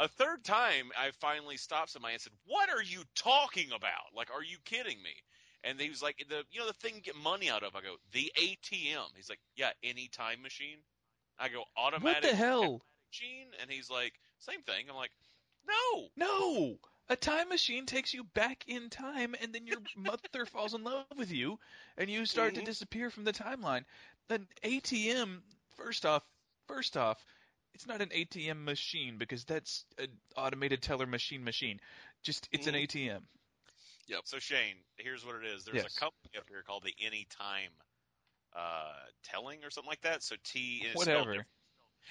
A third time, I finally stopped somebody and said, "What are you talking about? Like, are you kidding me?" And he was like, "The you know the thing you get money out of." I go, "The ATM." He's like, "Yeah, any time machine." I go,
What
"Automatic
the hell?
machine?" And he's like, "Same thing." I'm like, "No."
No, a time machine takes you back in time, and then your mother falls in love with you, and you start
Mhm.
to disappear from the timeline. An ATM, first off, first off, it's not an ATM machine because that's an automated teller machine machine. Just it's an
Mhm.
ATM.
So Shane, here's what it is. There's
Yes.
a company up here called the Anytime uh, Telling or something like that. So T is spelled
Whatever.
different.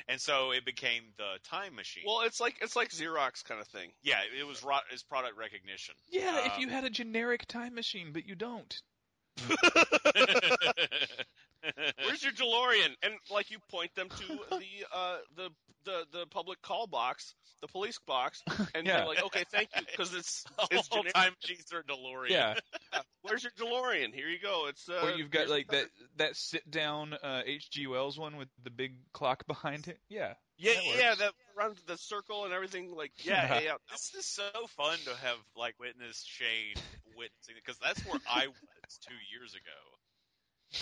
and so it became the time machine.
well, it's like it's like Xerox kind of thing.
yeah, it was ro- is product recognition.
Yeah, if
Um,
you had a generic time machine, but you don't.
Where's your DeLorean? And like you point them to the uh, the the the public call box, the police box, and
Yeah.
they're like, "Okay, thank you," because it's
It's
it's
whole
generic.
time machines are DeLorean.
Yeah,
Where's your DeLorean? Here you go. It's uh,
or you've got
here's-
like that that sit down uh, H.G. Wells one with the big clock behind it. Yeah,
yeah
that
yeah that around the circle and everything like yeah yeah. yeah.
This is so fun to have like witness Shane witnessing because that's where I was two years ago.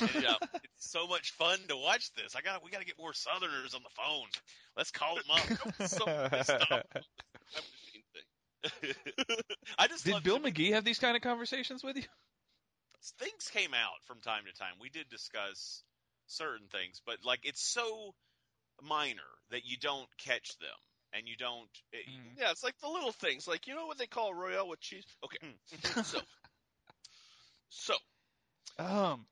And, uh, it's so much fun to watch this. I got we got to get more Southerners on the phone. Let's call them up. So pissed off.
Time machine thing.
I just
Did
love
Bill
that
McGee have these kind of conversations with you?
things came out from time to time. We did discuss certain things, but like it's so minor that you don't catch them and you don't. It,
Mm.
Yeah, it's like the little things, like you know what they call royale with cheese. Okay, so so
Um,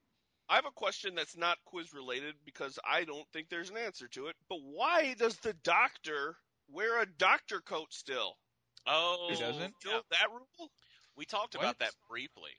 I have a question that's not quiz related because I don't think there's an answer to it. But why does the doctor wear a doctor coat still?
Oh,
He doesn't?
yeah.
Still that rule?
We talked
What?
about that briefly.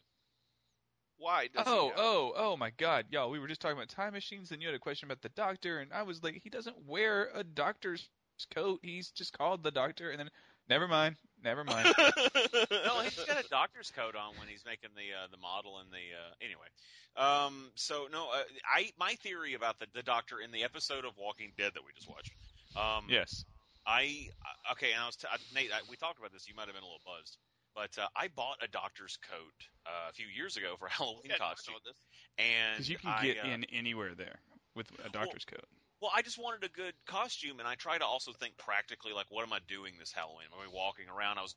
Why? Does he
oh,
have-
oh, oh my God, y'all! We were just talking about time machines, and you had a question about the doctor, and I was like, he doesn't wear a doctor's coat. He's just called the doctor, and then never mind, never mind.
oh.
no, he's got a doctor's coat on when he's making the uh, the model and the uh, anyway. Um, so no, uh, I my theory about the, the doctor in the episode of Walking Dead that we just watched. Um,
yes.
I I- okay, and I was t- I, Nate. I, we talked about this. You might have been a little buzzed, but uh, I bought a doctor's coat uh, a few years ago for a Halloween
Yeah, I know
costume,
this.
and
Because you can
I,
get
uh,
in anywhere there with a doctor's coat.
Well, I just wanted a good costume, and I try to also think practically, like, what am I doing this Halloween? Am I walking around? I was,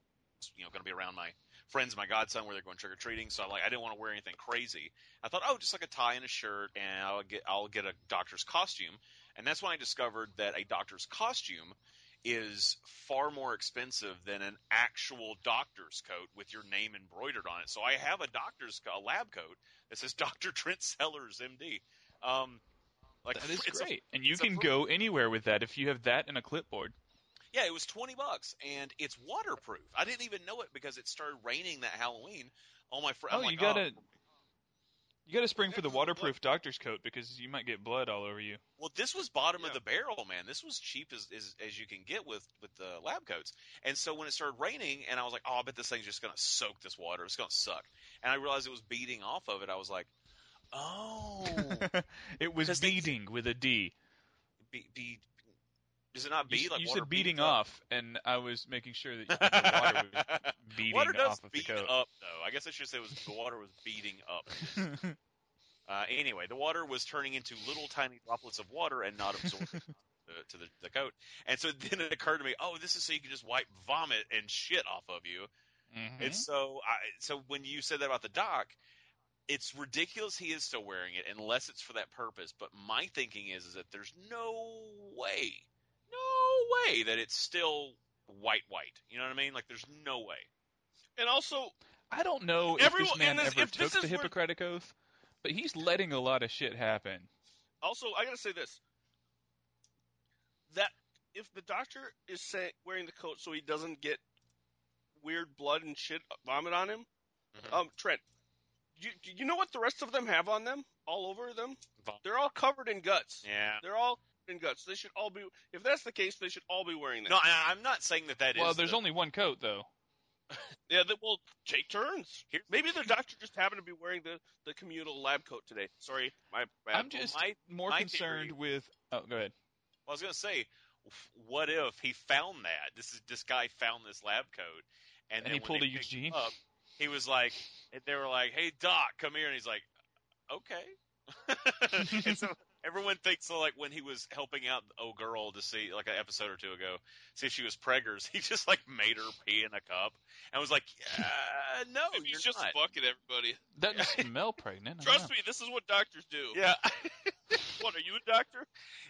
you know, going to be around my friends, my godson, where they're going trick or treating, so I like I didn't want to wear anything crazy. I thought, oh, just like a tie and a shirt, and I'll get I'll get a doctor's costume, and that's when I discovered that a doctor's costume is far more expensive than an actual doctor's coat with your name embroidered on it. So I have a doctor's co- a lab coat that says Doctor Trent Sellers, M.D. Um, like
That is
it's a
great, and you
it's a
can
fr-
go anywhere with that if you have that and a clipboard.
yeah, it was twenty bucks, and it's waterproof. I oh, didn't even know it because it started raining that Halloween. All my friends.
Oh, you gotta. You got to spring for the
There's a
waterproof doctor's coat because you might get blood all over you.
Well, this was bottom of the barrel, man. This was cheap as, as as you can get with with the lab coats. And so when it started raining, and I was like, "Oh, I bet this thing's just gonna soak this water. It's gonna suck." And I realized it was beading off of it. I was like, "Oh,
it was
'Cause they-
beading with a D.
be, be, is it not
You,
bead?
s-
like
you
water
said
beads
beading
up?
off, and I was making sure that the water was beading
water does
off of the
bead
coat.
up, though. I guess I should say it was the water was beading up. Uh, anyway, the water was turning into little tiny droplets of water and not absorbing uh, to the, the coat. And so then it occurred to me, oh, this is so you can just wipe vomit and shit off of you.
Mhm.
It's so I, so when you said that about the doc, it's ridiculous he is still wearing it unless it's for that purpose. But my thinking is, is that there's no way, no way that it's still white white. You know what I mean? Like there's no way.
And also,
I don't know if
Everyone-
this man
and this-
ever
if
took
this
the
is where-
Hippocratic oath, but he's letting a lot of shit happen.
also, I gotta say this: that if the doctor is say, wearing the coat so he doesn't get weird blood and shit vomit on him,
Mm-hmm.
Mhm.
um, Trent, you do you know what the rest of them have on them? All over them,
Vom-
they're all covered in guts.
Yeah.
They're all covered in guts. They should all be. If that's the case, they should all be wearing that.
No, I, I'm not saying that that is.
well, there's
the-
only one coat though.
Yeah, they will take turns.
Here's-
Maybe the doctor just happened to be wearing the, the communal lab coat today. Sorry, my bad.
I'm just
my-
more
my
concerned
theory-
with. Oh, go ahead.
I was gonna say, f- what if he found that? This is this guy found this lab coat,
And
and, then
he
when
pulled
they
a
picked
Eugene?
him Up, he was like, they were like, "Hey Doc, come here," and he's like, "Okay." and so everyone thinks so, like when he was helping out the old girl to see like an episode or two ago, see if she was preggers, he just like made her pee in a cup and was like, "Yeah, no,
Maybe
you're
he's just
not."
fucking everybody.
That doesn't smell pregnant. I don't
Trust
know.
me, this is what doctors do.
Yeah,
What are you a doctor?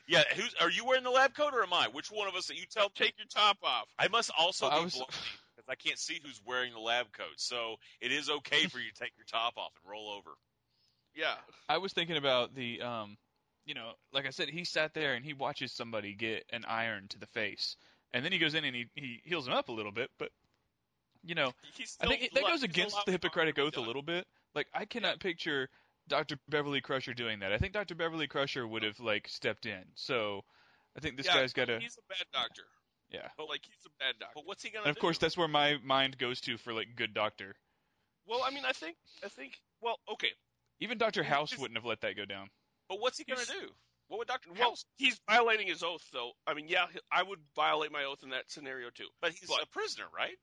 yeah. Who's are you wearing the lab coat or am I? Which one of us? That you tell me.
Take your top off.
I must also
Well, I
be
was-
blind because I can't see who's wearing the lab coat. So it is okay for you to take your top off and roll over.
Yeah,
I was thinking about the um, you know, like I said, he sat there and he watches somebody get an iron to the face, and then he goes in and he he heals him up a little bit, but you know,
He's
I think it- that goes against the Hippocratic Oath a little bit. Like I cannot picture Dr. Beverly Crusher doing that. I think Dr. Beverly Crusher would have like stepped in. So I think this
Yeah,
guy's got to
he's a bad doctor.
yeah.
But like, he's a bad doctor.
But what's he gonna?
And of
do?
course, that's where my mind goes to for like good doctor.
Well, I mean, I think, I think. Well, okay.
Even Dr. House
just-
wouldn't have let that go down.
But what's he gonna
He's-
do? What would Doctor?
Well,
Well,
he's violating his oath, though. I mean, yeah, he- I would violate my oath in that scenario too.
but he's
but-
a prisoner, right?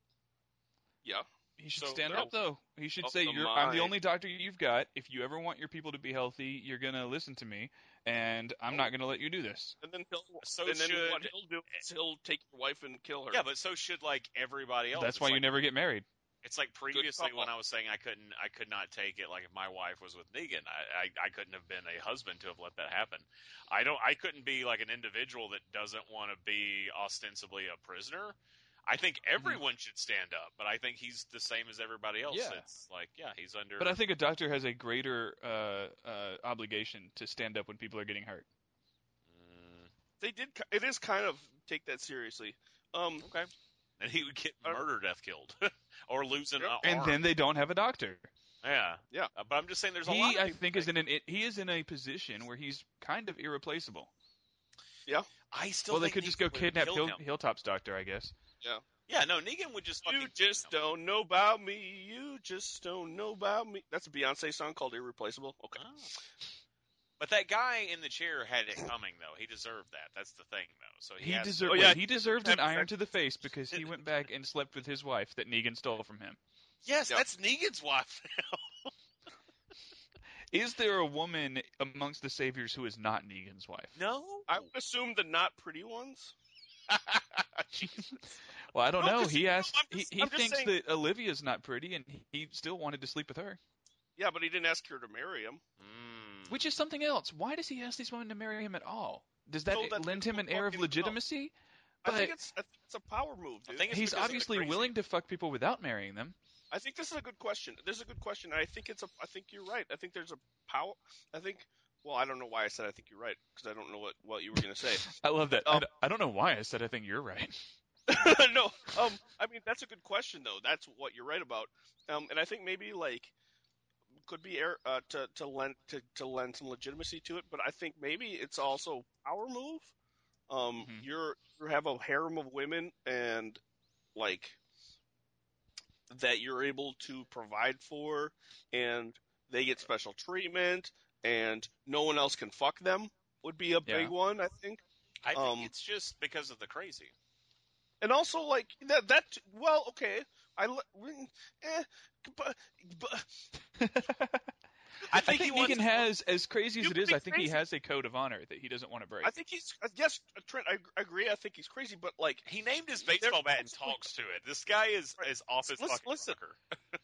Yeah.
He should
So
stand
they're
up though. He should
of
say,
the
"You're I'm the
mind.
only doctor you've got. If you ever want your people to be healthy, you're gonna listen to me, and I'm not gonna let you do this."
And then he'll.
So
and then
should
what he'll do is he'll take your wife and kill her.
yeah, but so should like everybody else.
That's
It's
why you
like-
never get married.
It's like previously
couple.
when I was saying I couldn't, I could not take it. Like if my wife was with Negan, I, I, I couldn't have been a husband to have let that happen. I don't, I couldn't be like an individual that doesn't want to be ostensibly a prisoner. I think
Mm-hmm.
everyone should stand up, but I think he's the same as everybody else.
Yeah.
It's like, yeah, he's under.
But I think a doctor has a greater uh, uh, obligation to stand up when people are getting hurt.
Mm,
they did. ki- It is kind of take that seriously. Um,
okay, and he would get
Uh,
murder, death, killed, or losing an
Yep.
Oh. And
arm.
then they don't have a doctor.
yeah,
Yeah.
Uh, but I'm just saying, there's a
he,
lot. Of
I
people
think,
that-
is in an he is in a position where he's kind of irreplaceable.
I still.
Well, they
think
could just
Negan
go
would
kidnap
kill
Hill,
him.
Hilltop's doctor, I guess.
Yeah, no, Negan would just fucking
you just don't know about me. You just don't know about me. That's a Beyonce song called "Irreplaceable." Okay.
Oh. But that guy in the chair had it coming, though. He deserved that. That's the thing, though. So he,
He
has-
deserved.
Oh, yeah.
wait, he deserved an
Kidnap-
iron to the face because he went back and slept with his wife that Negan stole from him.
Yes,
Yeah.
that's Negan's wife.
Is there a woman amongst the saviors who is not Negan's wife?
no,
I would assume the not pretty ones.
Well, I don't
No,
know.
'cause-
He
no,
asked.
I'm just-
he he
I'm just
thinks
saying-
that Olivia's not pretty, and he, he still wanted to sleep with her,
Yeah, but he didn't ask her to marry him.
Mm.
which is something else. Why does he ask these women to marry him at all? Does that
So that
lend him an
people
air of
fucking know.
legitimacy?
I think
But-
it's I think it's a power move, dude.
I think it's
He's
because they're
obviously
crazy.
willing to fuck people without marrying them.
I think this is a good question. This is a good question. I think it's a. I think you're right. I think there's a power. I think. Well, I don't know why I said I think you're right because I don't know what what you were gonna say.
I love that. I
Um,
d- I don't know why I said I think you're right.
no, um, I mean that's a good question though. That's what you're right about. Um, and I think maybe like could be air, uh, to to lend to, to lend some legitimacy to it, but I think maybe it's also power move. Um,
Mhm.
you're you have a harem of women and like that you're able to provide for, and they get special treatment, and no one else can fuck them would be a
Yeah.
big one, I think.
I think
Um,
it's just because of the crazy.
And also, like that, that well, okay, I, li- eh, but, but
I
I
think,
think,
he wants
Negan
to-
has, as crazy as
You
it
could
is,
be
I think he
crazy.
has a code of honor that he doesn't want to break.
I think he's uh, yes, Trent. I, I agree. I think he's crazy, but like,
He named his baseball bat and talks to it. This guy is is off his
Listen-
fucking
listen.
rocker.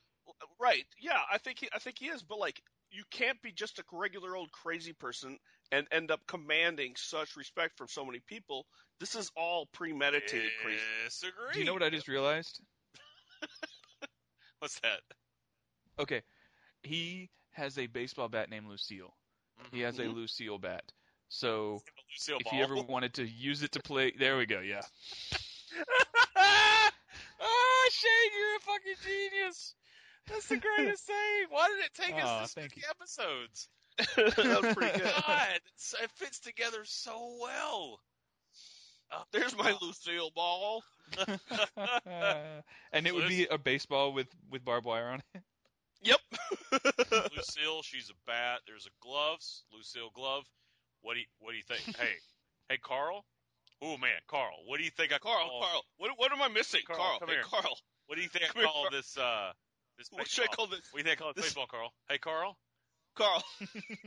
right? Yeah, I think he, I think he is, but like, you can't be just a regular old crazy person and end up commanding such respect from so many people. This is all premeditated crazy.
Disagree.
Do you know what I just realized?
What's that?
Okay, he has a baseball bat named Lucille. He has a
Mhm.
Lucille bat. So
Lucille
if
Ball.
he ever wanted to use it to play, there we go. Yeah.
ah, Shane, you're a fucking genius. That's the greatest thing. Why did it take
Aw,
us this
thank
many episodes?
that was pretty good.
God, it's- it fits together so well. Uh,
There's my Lucille ball.
and it would be a baseball with with barbed wire on it.
Yep.
Lucille, she's a bat. There's a gloves. Lucille glove. What do you, what do you think? hey, hey, Carl. Oh man, Carl. What do you think I
Carl,
call-
Carl, what what am I missing?
Oh. Carl,
Carl,
come
hey,
here.
Carl,
What do you think
Come
I
here,
call
Carl.
this? Uh, this
what should I
baseball?
call this?
What do you think I call this
This-
baseball, Carl? Hey, Carl.
Carl,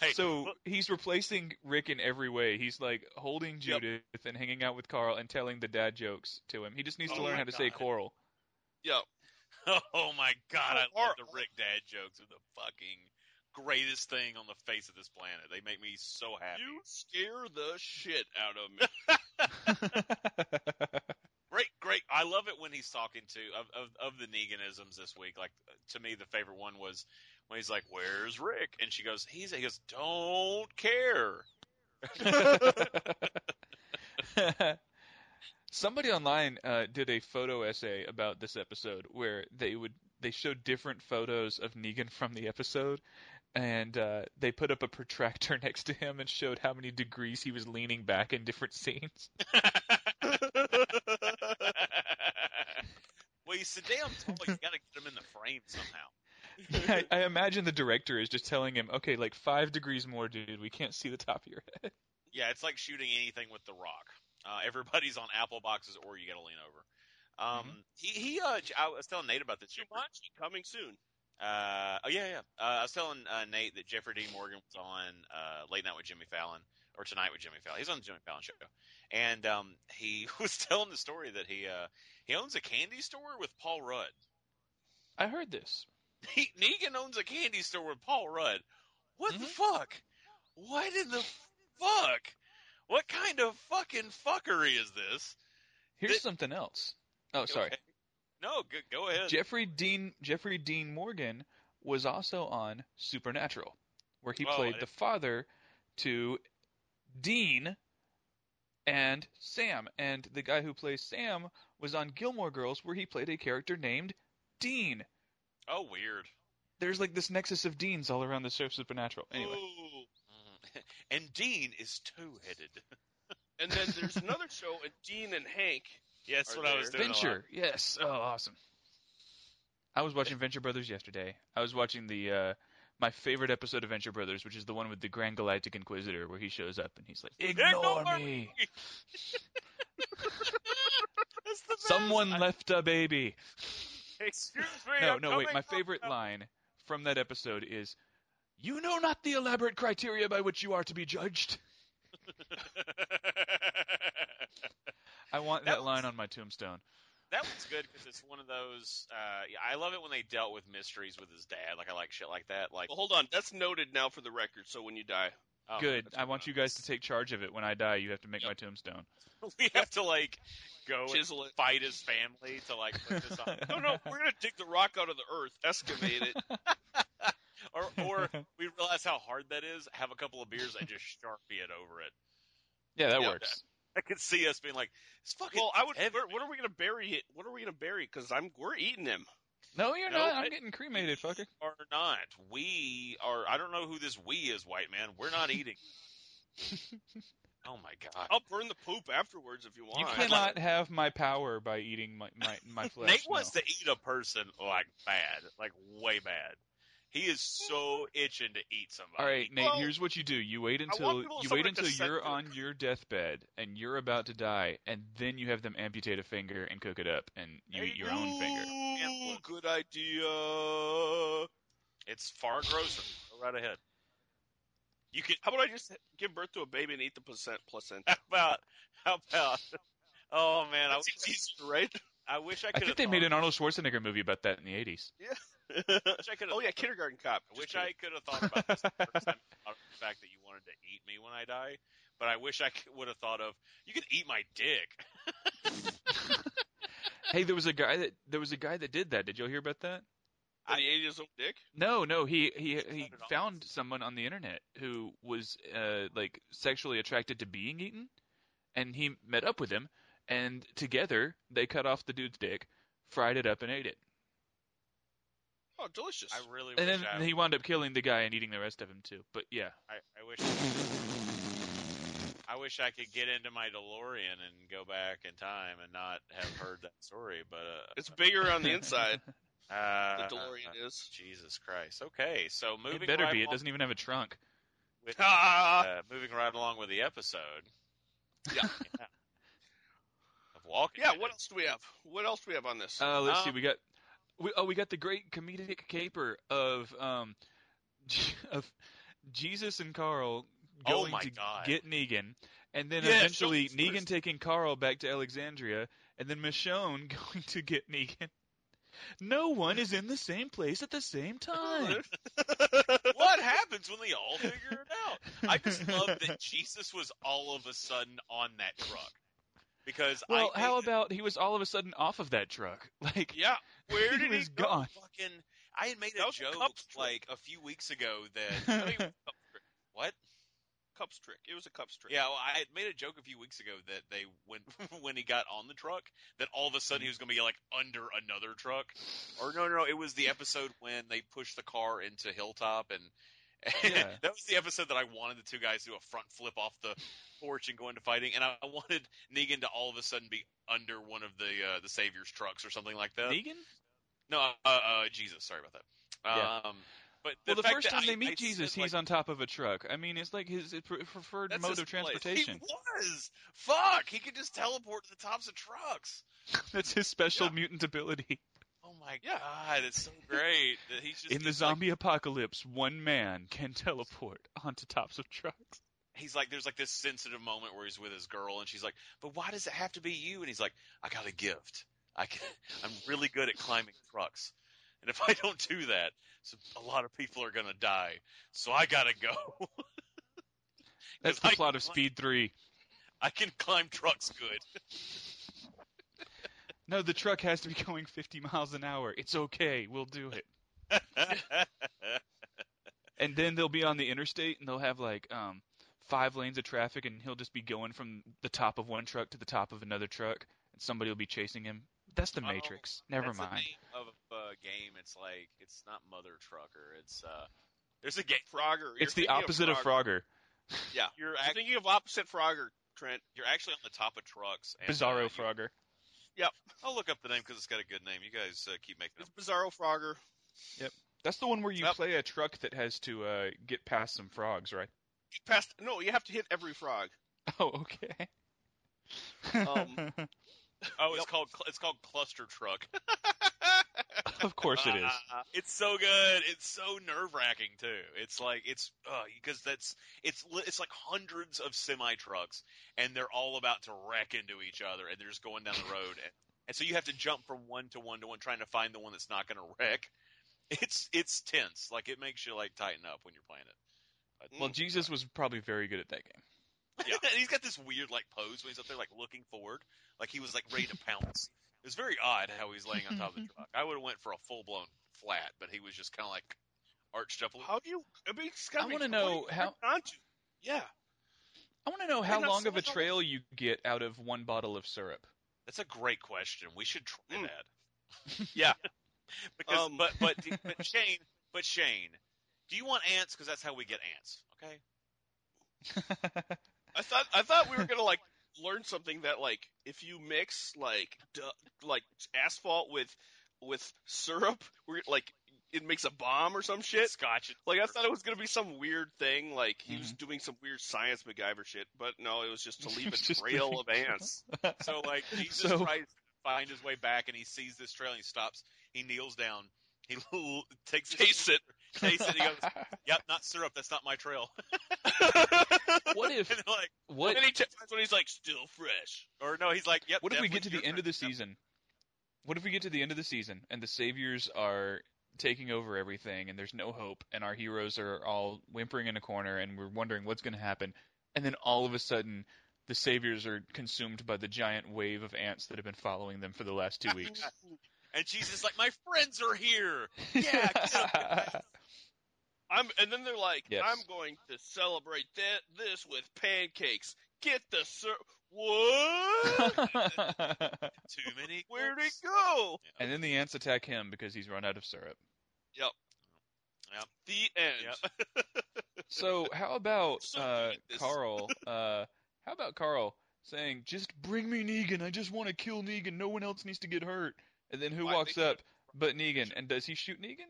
Hey,
so
look,
he's replacing Rick in every way. He's like holding
Yep.
Judith and hanging out with Carl and telling the dad jokes to him. He just needs to
Oh
learn
my
how to say
God.
coral.
yeah.
oh my God, I
Carl.
love the Rick Dad jokes. Are the fucking greatest thing on the face of this planet. They make me so happy.
You scare the shit out of me.
Great, great. I love it when he's talking to of of, of the Neganisms this week. Like to me, the favorite one was when he's like, "Where's Rick?" and she goes, "He's." He goes, "Don't care."
Somebody online uh, did a photo essay about this episode where they would they showed different photos of Negan from the episode, and uh, they put up a protractor next to him and showed how many degrees he was leaning back in different scenes.
well, he's so damn tall. You got to get him in the frame somehow.
I, I imagine the director is just telling him, "Okay, like five degrees more, dude. We can't see the top of your head."
Yeah, it's like shooting anything with the rock. Uh, everybody's on apple boxes, or you got to lean over. Um, he he. Uh, J- I was telling Nate about this.
Mm-hmm. Jumanji coming soon.
Uh, oh yeah, yeah. Uh, I was telling uh, Nate that Jeffrey Dean Morgan was on uh, late night with Jimmy Fallon, or tonight with Jimmy Fallon. He's on the Jimmy Fallon show, and um, he was telling the story that he uh, he owns a candy store with Paul Rudd.
I heard this.
He, Negan owns a candy store with Paul Rudd. What the fuck? What in the fuck? What kind of fucking fuckery is this?
Here's
Th-
something else. Oh, sorry.
Okay. No, go, go ahead.
Jeffrey Dean Jeffrey Dean Morgan was also on Supernatural, where he
Oh, I
played the
didn't-
father to Dean and Sam. And the guy who plays Sam was on Gilmore Girls, where he played a character named Dean.
oh, weird.
There's like this nexus of Deans all around the show Supernatural. Anyway,
Ooh.
Mhm. And Dean is two headed.
And then there's another show, and Dean and Hank.
Yeah, that's
Are
what I was
there.
doing. a lot.
Venture, yes, oh, awesome. I was watching Venture Brothers yesterday. I was watching the uh, my favorite episode of Venture Brothers, which is the one with the Grand Galactic Inquisitor, where he shows up and he's like, "Ignore,
Ignore
me.
That's the best.
Someone left a baby."
Excuse me.
No,
I'm
no, wait.
coming
My
up.
favorite line from that episode is, "You know not the elaborate criteria by which you are to be judged." I want
That
that, line on my tombstone.
that one's good because it's one of those. Uh, yeah, I love it when they dealt with mysteries with his dad. Like I like shit like that. Like
Well, hold on, that's noted now for the record. So when you die,
oh,
Good.
that's
I want you
good.
guys to take charge of it. When I die, you have to make
Yep.
my tombstone.
we have to like go and
chisel it.
fight his family to like put this on.
No, no, we're gonna dig the rock out of the earth, excavate it.
or or we realize how hard that is. Have a couple of beers and just sharpie it over it.
Yeah, that
Yeah,
works.
I could see us being like, "It's fucking."
Well, I would.
heavy.
What are we gonna bury it? What are we gonna bury? Because I'm we're eating him.
No, you're
No,
not.
I-
I'm getting cremated, fucker.
Are not. We are. I don't know who this we is, white man. We're not eating. oh my god.
I'll burn the poop afterwards if you want.
You cannot have my power by eating my my, my flesh.
Nate wants
no.
to eat a person like bad, like way bad. He is so itching to eat somebody.
All right, Nate.
Well,
here's what you do. You wait until
want people
you wait
somewhere to
until you're
set
on
them.
your deathbed and you're about to die, and then you have them amputate a finger and cook it up, and you eat your own finger.
Ooh,
look.
good idea.
It's far grosser. Go right ahead. You can.
How about I just give birth to a baby and eat the placenta? placenta?
How about? How about? Oh man, I
That's
wish,
easier, right?
I wish I
I
could.
think they made an Arnold Schwarzenegger movie about that in the 80s.
Wish I could.
oh yeah, kindergarten cop.
I wish I could have
Oh,
thought about this the first time, about the fact that you wanted to eat me when I die, but I wish I would have thought of you could eat my dick.
Hey, there was a guy that there was a guy that did that. Did y'all hear about that?
I he ate his own dick.
No, no, he he he
$600.
found someone on the internet who was uh like sexually attracted to being eaten, and he met up with him, and together they cut off the dude's dick, fried it up, and ate it.
Oh, delicious.
I really
And
wish
then
I,
he wound up killing the guy and eating the rest of him too. But yeah,
I, I wish I wish I could get into my DeLorean and go back in time and not have heard that story, but uh,
It's bigger on the inside. The
uh, uh,
DeLorean is.
Jesus Christ. Okay, so moving
it better
right
be. It
along
doesn't even have a trunk.
with,
Ah!
uh, moving right along with the episode.
Yeah.
Of walking.
Yeah.
Dead.
What else do we have? What else do we have on this?
Uh, let's see.
Um,
We got we oh we got the great comedic caper of um of Jesus and Carl
Oh
going
my
to
God.
get Negan, and then
Yeah,
eventually
Michonne's
Negan
first.
taking Carl back to Alexandria, and then Michonne going to get Negan. No one is in the same place at the same time.
what happens when they all figure it out? I just love that Jesus was all of a sudden on that truck because
Well,
I
how
think-
about he was all of a sudden off of that truck? Like,
yeah? Where
he
did he
was
go?
gone.
Fucking, I had made
That
a
was a
joke
cup's truck.
like a few weeks ago that I mean, what?
cups trick. It was a cups trick.
Yeah, well, I had made a joke a few weeks ago that they when when he got on the truck that all of a sudden he was going to be like under another truck, or no, no, no, it was the episode when they pushed the car into Hilltop and.
Yeah.
that was the episode that I wanted the two guys to do a front flip off the porch and go into fighting, and I wanted Negan to all of a sudden be under one of the uh, the Savior's trucks or something like that.
Negan?
No, uh, uh, Jesus, sorry about that.
Yeah.
Um, but
Well, the
fact
first
that
time
I-
they meet
I
Jesus,
said, like,
he's on top of a truck. I mean, it's like his pre- preferred
that's
mode
his
of
place.
transportation.
He was fuck. He could just teleport to the tops of trucks.
That's his special
Yeah.
mutant ability.
Oh my
Yeah.
god, it's so great that he's just
In the
he's like-
zombie apocalypse, one man can teleport onto tops of trucks.
he's like, there's like this sensitive moment where he's with his girl, and she's like, "But why does it have to be you?" And he's like, "I got a gift. I can. I'm really good at climbing trucks, and if I don't do that, so a lot of people are gonna die. So I gotta go.
That's
It's
the
like-
plot of Speed 3.
I can climb trucks good."
No, the truck has to be going 50 miles an hour. It's okay. We'll do it. And then they'll be on the interstate and they'll have like um five lanes of traffic and he'll just be going from the top of one truck to the top of another truck and somebody will be chasing him. That's the
Oh,
Matrix. Never
That's the
mind.
name of a game. It's like it's not Mother Trucker. It's uh, there's a game.
Frogger. You're
It's the
thinking
opposite of Frogger.
Yeah.
You're
You're
act-
thinking of opposite Frogger, Trent.
you're actually on the top of trucks. And, uh,
Bizarro
you-
Frogger.
I'll look up the name because it's got a good name. You guys uh, keep making
It's
them.
Bizarro Frogger.
That's the one where you
Well-
play a truck that has to uh, get past some frogs, right?
You passed. No, you have to hit every frog.
Oh, okay.
Um,
Oh, it's called cl- it's called Cluster Truck.
of course it is.
Uh, it's so good. It's so nerve wracking too. It's like it's because that's it's li- it's like hundreds of semi trucks, and they're all about to wreck into each other, and they're just going down the road, and, and so you have to jump from one to one to one, trying to find the one that's not going to wreck. It's it's tense. Like it makes you like tighten up when you're playing it. But-
Well, Jesus was probably very good at that game.
yeah, and he's got this weird like pose when he's up there like looking forward, like he was like ready to pounce. It was very odd how he was laying on top of the truck. I would have went for a full blown flat, but he was just kind of like arched up a little.
How do you? I mean, it's gotta
I
be-
wanna
what
know
are you
how-
gripping onto? Yeah.
I want to know how
not
long of
someone-
a trail you get out of one bottle of syrup.
That's a great question. We should try
Mm.
that. Because,
Um,
but but but Shane, but Shane, do you want ants? Because that's how we get ants. Okay.
I thought I thought we were gonna like learn something that like if you mix like du- like asphalt with with syrup, we're like it makes a bomb or some shit.
Scotch. and
Like I
syrup.
thought it was gonna be some weird thing, like he was
Mm-hmm.
doing some weird science MacGyver shit, but no, it was just to leave a
Just
trail
leave
of ants.
So like Jesus
So-
tries to find his way back, and he sees this trail, and he stops. He kneels down. He takes his
Taste it.
Tastes it. He goes, "Yep, not syrup. That's not my trail."
What if-
And they're like,
what
Many times when he's like still fresh.
or no, he's like, "Yep."
What if we get to
definitely
the end of the
your trail.
season? What if we get to the end of the season and the saviors are taking over everything and there's no hope and our heroes are all whimpering in a corner and we're wondering what's going to happen and then all of a sudden the saviors are consumed by the giant wave of ants that have been following them for the last two weeks.
And Jesus is like, "My friends are here." Yeah, get 'em, get 'em.
I'm and then they're like,
Yes.
I'm going to celebrate that this with pancakes. Get the syrup. What?
Too many.
Where'd it
cooks.
go?
and then the ants attack him because he's run out of syrup.
The end.
Yep.
So how about
So
uh,
good at this.
Carl? Uh, how about Carl saying, "Just bring me Negan. I just want to kill Negan. No one else needs to get hurt." And then who
Well, I
walks
think-
up but Negan? And does he shoot Negan?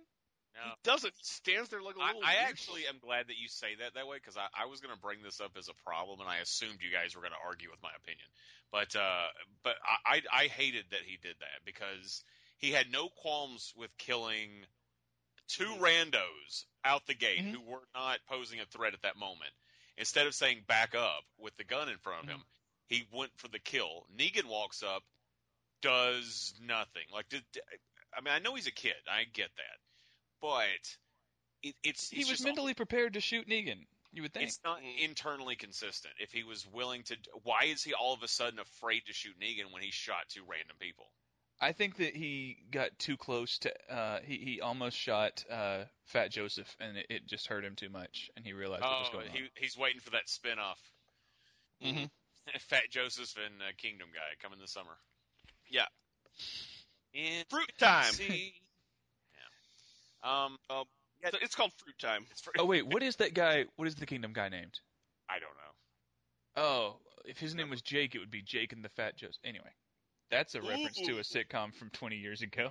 No.
He doesn't. He stands there like a
I,
little.
I
weird.
actually am glad that you say that that way because I, I was going to bring this up as a problem, and I assumed you guys were going to argue with my opinion. But uh, but I, I I hated that he did that because he had no qualms with killing two randos out the gate
Mm-hmm.
Mhm.
who were not posing a threat at that moment. Instead of saying back up with the gun in front of him,
Mm-hmm.
he went for the kill. Negan walks up, does nothing. Like did, I mean, I know he's a kid. I get that, but. It, it's
He
it's
was
just
mentally Mm-hmm. prepared to shoot Negan. You would think.
it's not internally consistent. If he was willing to, why is he all of a sudden afraid to shoot Negan when he shot two random people?
I think that he got too close to. Uh, he he almost shot uh, Fat Joseph, and it, it just hurt him too much, and he realized what was
Oh,
going
he, he's waiting for that spinoff.
on. Mhm.
Fat Joseph and uh, Kingdom Guy coming this summer.
Yeah.
In
fruit time.
sea. yeah. Um,
So it's called fruit time.
it's for,
Oh wait, what is that guy? What is the Kingdom guy named?
I don't know.
Oh, if his name was Jake, it would be Jake and the Fat Joes. Anyway, that's a reference to
Ooh.
a sitcom from 20 years ago.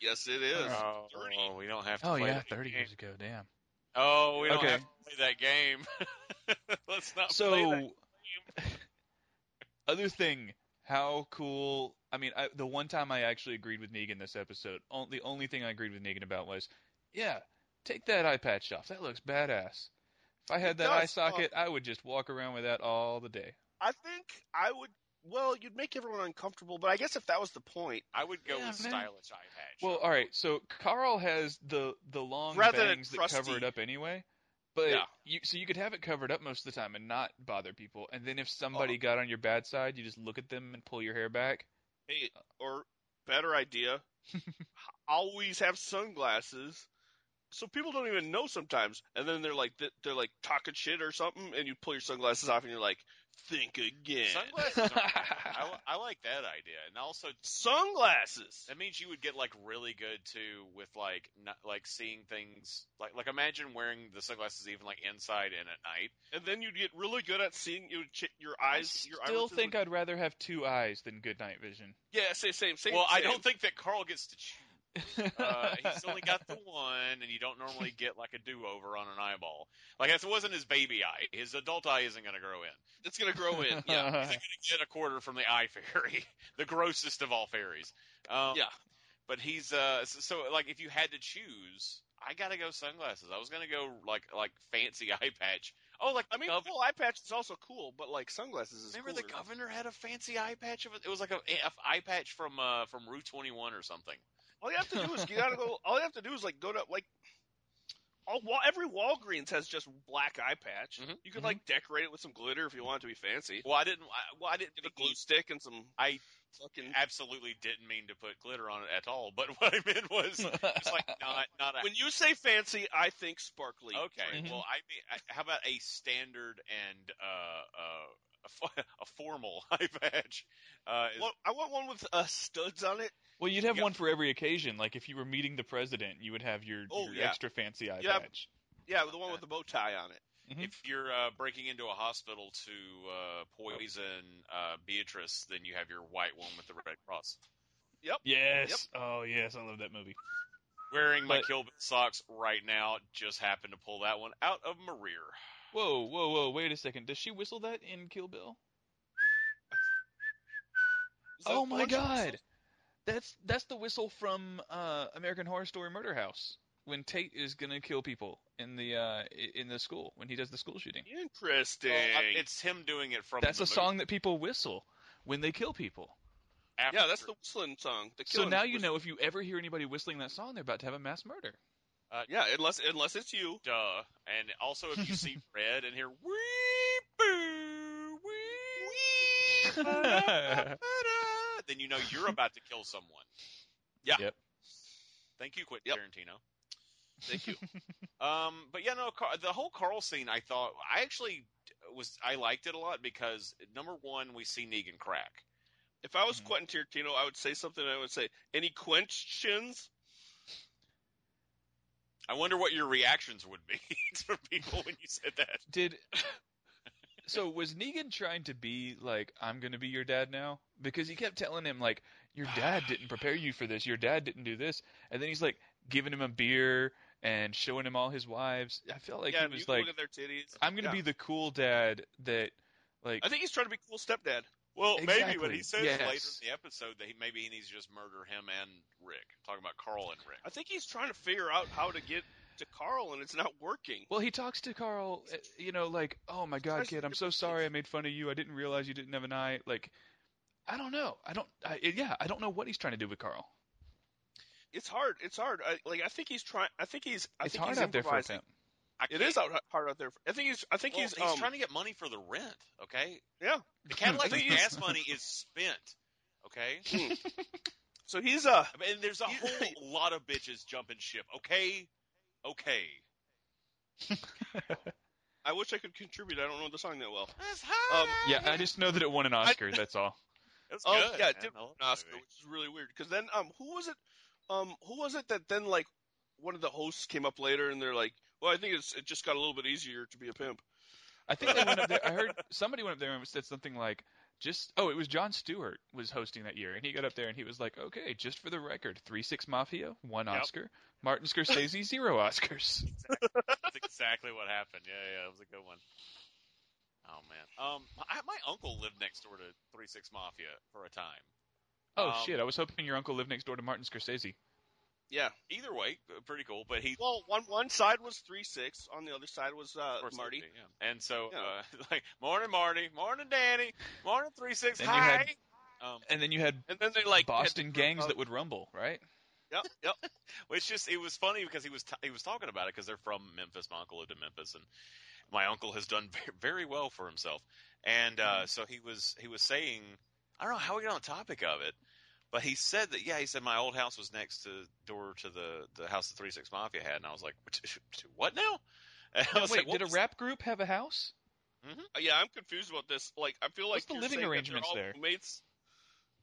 Yes, it is.
Oh,
dirty.
we don't have to.
Oh
play
yeah,
that
30
game.
years ago. Damn.
Oh, we don't
Okay.
have to play that game. Let's not play that.
So, other thing, how cool? I mean, I, the one time I actually agreed with Negan this episode, on, the only thing I agreed with Negan about was, yeah, take that eye patch off. That looks badass. If I had
It
that eye
does, uh,
socket, I would just walk around with that all the day.
I think I would. Well, you'd make everyone uncomfortable, but I guess if that was the point,
I would go
Yeah,
with
man.
stylish eye patch.
Well, all right. So Carl has the the long
Rather than
bangs that cover
crusty.
it up anyway. But
Yeah.
you so you could have it covered up most of the time and not bother people. And then if somebody
Oh.
got on your bad side, you just look at them and pull your hair back.
hey, or better idea, always have sunglasses, so people don't even know sometimes. And then they're like, they're like talking shit or something, and you pull your sunglasses off, and you're like, think again.
Sunglasses. Are, I, li- I like that idea, and also
sunglasses.
that means you would get like really good too with like not, like seeing things like like imagine wearing the sunglasses even like inside and at night.
And then you'd get really good at seeing your ch- your
I
eyes. your
still
irises
think
would-
I'd rather have two eyes than good night vision.
yeah, same, same, same.
well, I
same.
don't think that Carl gets to choose. Uh, he's only got the one, and you don't normally get like a do over on an eyeball. Like if it wasn't his baby eye, his adult eye isn't going to grow in.
it's gonna grow in. Yeah.
Yeah, he's going to get a quarter from the eye fairy, the grossest of all fairies. Um,
Yeah.
but he's uh so, so like if you had to choose, I gotta go sunglasses. I was gonna go like like fancy eye patch. Oh, like
I mean,
Gov-
full eye patch is also cool, but like sunglasses is.
remember the
cooler.
governor had a fancy eye patch of it. It was like a, a eye patch from uh from Route Twenty One or something.
All you have to do is you gotta go. All you have to do is like go to like. All, Wa- every Walgreens has just black eye patch.
Mhm.
You could like decorate it with some glitter if you want it to be fancy.
Well, I didn't. I, well, I didn't.
Get a
Think
glue
he
stick and some
I
fucking.
absolutely didn't mean to put glitter on it at all. But what I meant was it's like not not a
When you say fancy, I think sparkly.
Okay.
Mhm.
Well, I mean, I- how about a standard and uh, uh, a, fo- a formal high badge. Uh, is-
Well, I want one with uh, studs on it.
Well, you'd have
Yeah.
one for every occasion. Like if you were meeting the president, you would have your,
Oh,
your
yeah.
extra fancy eye
Yeah.
patch.
Yeah, the one with the bow tie on it.
Mhm.
If you're uh, breaking into a hospital to uh, poison uh, Beatrice, then you have your white one with the red cross.
Yes. Oh, yes. I love that movie.
Wearing my
But-
Kill Bill socks right now, just happened to pull that one out of my rear.
Whoa, whoa, whoa! Wait a second. Does she whistle that in Kill Bill?
Is that
oh my
one-
god, that's that's the whistle from uh, American Horror Story Murder House when Tate is gonna kill people in the uh, i- in the school when he does the school shooting.
Interesting.
Well, I- it's him doing it from.
That's
the
a song that people whistle when they kill people.
movie after-
yeah, that's the whistling song. The
So
killing
now you
whistle.
know if you ever hear anybody whistling that song, they're about to have a mass murder.
uh,
Yeah, unless unless it's you.
duh. And also, if you see red and hear wee boo wee, ba-da, ba-da, then you know you're about to kill someone.
Yeah.
Yep.
Thank you, Quentin
Yep.
Tarantino.
Thank you.
Um, but yeah, no, Car- the whole Carl scene, I thought I actually was I liked it a lot because number one, we see Negan crack.
if I was
Mhm.
Quentin Tarantino, I would say something. I would say, "Any questions?"
I wonder what your reactions would be to people when you said that.
Did so was Negan trying to be like I'm going to be your dad now because he kept telling him like your dad didn't prepare you for this, your dad didn't do this, and then he's like giving him a beer and showing him all his wives. I felt like
yeah,
he
you
was
can
like
look at their titties.
I'm going to
Yeah.
be the cool dad that like
I think he's trying to be cool stepdad.
Well, maybe
Exactly,
when he says later
yes.
in the episode that he maybe he needs to just murder him and Rick. talking about Carl and Rick.
I think he's trying to figure out how to get to Carl, and it's not working.
Well, he talks to Carl, uh, you know, like, "Oh my God,
Especially
kid, I'm
your
so
kids.
sorry I made fun of you. I didn't realize you didn't have an eye." Like, I don't know. I don't. I, yeah, I don't know what he's trying to do with Carl.
It's hard. It's hard. I, like I think he's trying. I think he's. I
it's
think
hard
he's
out there for
improvising.
him.
I
It is out, hard out there. I think he's. I think
Well,
he's.
he's,
um,
trying to get money for the rent. Okay,
Yeah.
the Cadillac
I think he's-
gas money is spent. Okay,
So he's uh
I mean, there's a
You-
whole lot of bitches jumping ship. Okay, okay.
I wish I could contribute. I don't know the song that well. Um,
That's high.
Yeah, I just know that it won an Oscar. that's all.
That's
Oh
good.
yeah,
man.
it did
I love
win
that
an Oscar,
movie.
which is really weird. Because then um, who was it? Um, who was it that then like one of the hosts came up later and they're like, well, I think it's it just got a little bit easier to be a pimp.
I think they went up there. I heard somebody went up there and said something like, "Just oh, it was John Stewart was hosting that year, and he got up there and he was like, okay, just for the record, three six Mafia, one
Yep.
Oscar, Martin Scorsese, zero Oscars."
That's exactly what happened. Yeah, yeah, that was a good one. Oh man. Um, I, my uncle lived next door to Three Six Mafia for a time.
Oh
Um,
shit! I was hoping your uncle lived next door to Martin Scorsese.
Yeah.
Either way, pretty cool. But he
Well, one one side was three six, on the other side was uh,
Scorsese,
Marty.
yeah. And so,
Yeah.
uh, like, morning, Marty. Morning, Danny. Morning, three six.
Then you
Hi.
had-
Um,
And then you had
And then they like had
Boston
to-
gangs
uh,
that would rumble, right?
Yep, yep.
which just it was funny because he was t- he was talking about it because they're from Memphis. My uncle lived in Memphis, and my uncle has done ve- very well for himself. And uh,
Mm-hmm.
so he was he was saying, I don't know how we got on the topic of it, but he said that yeah, he said my old house was next to door to the the house the three six mafia had, and I was like, what now? And I was
Wait,
like, what
did a
was-
rap group have a house?
Uh, Yeah, I'm confused about this. Like, I feel like
What's the
you're
living
saying that they're
arrangements
all
there?
roommates.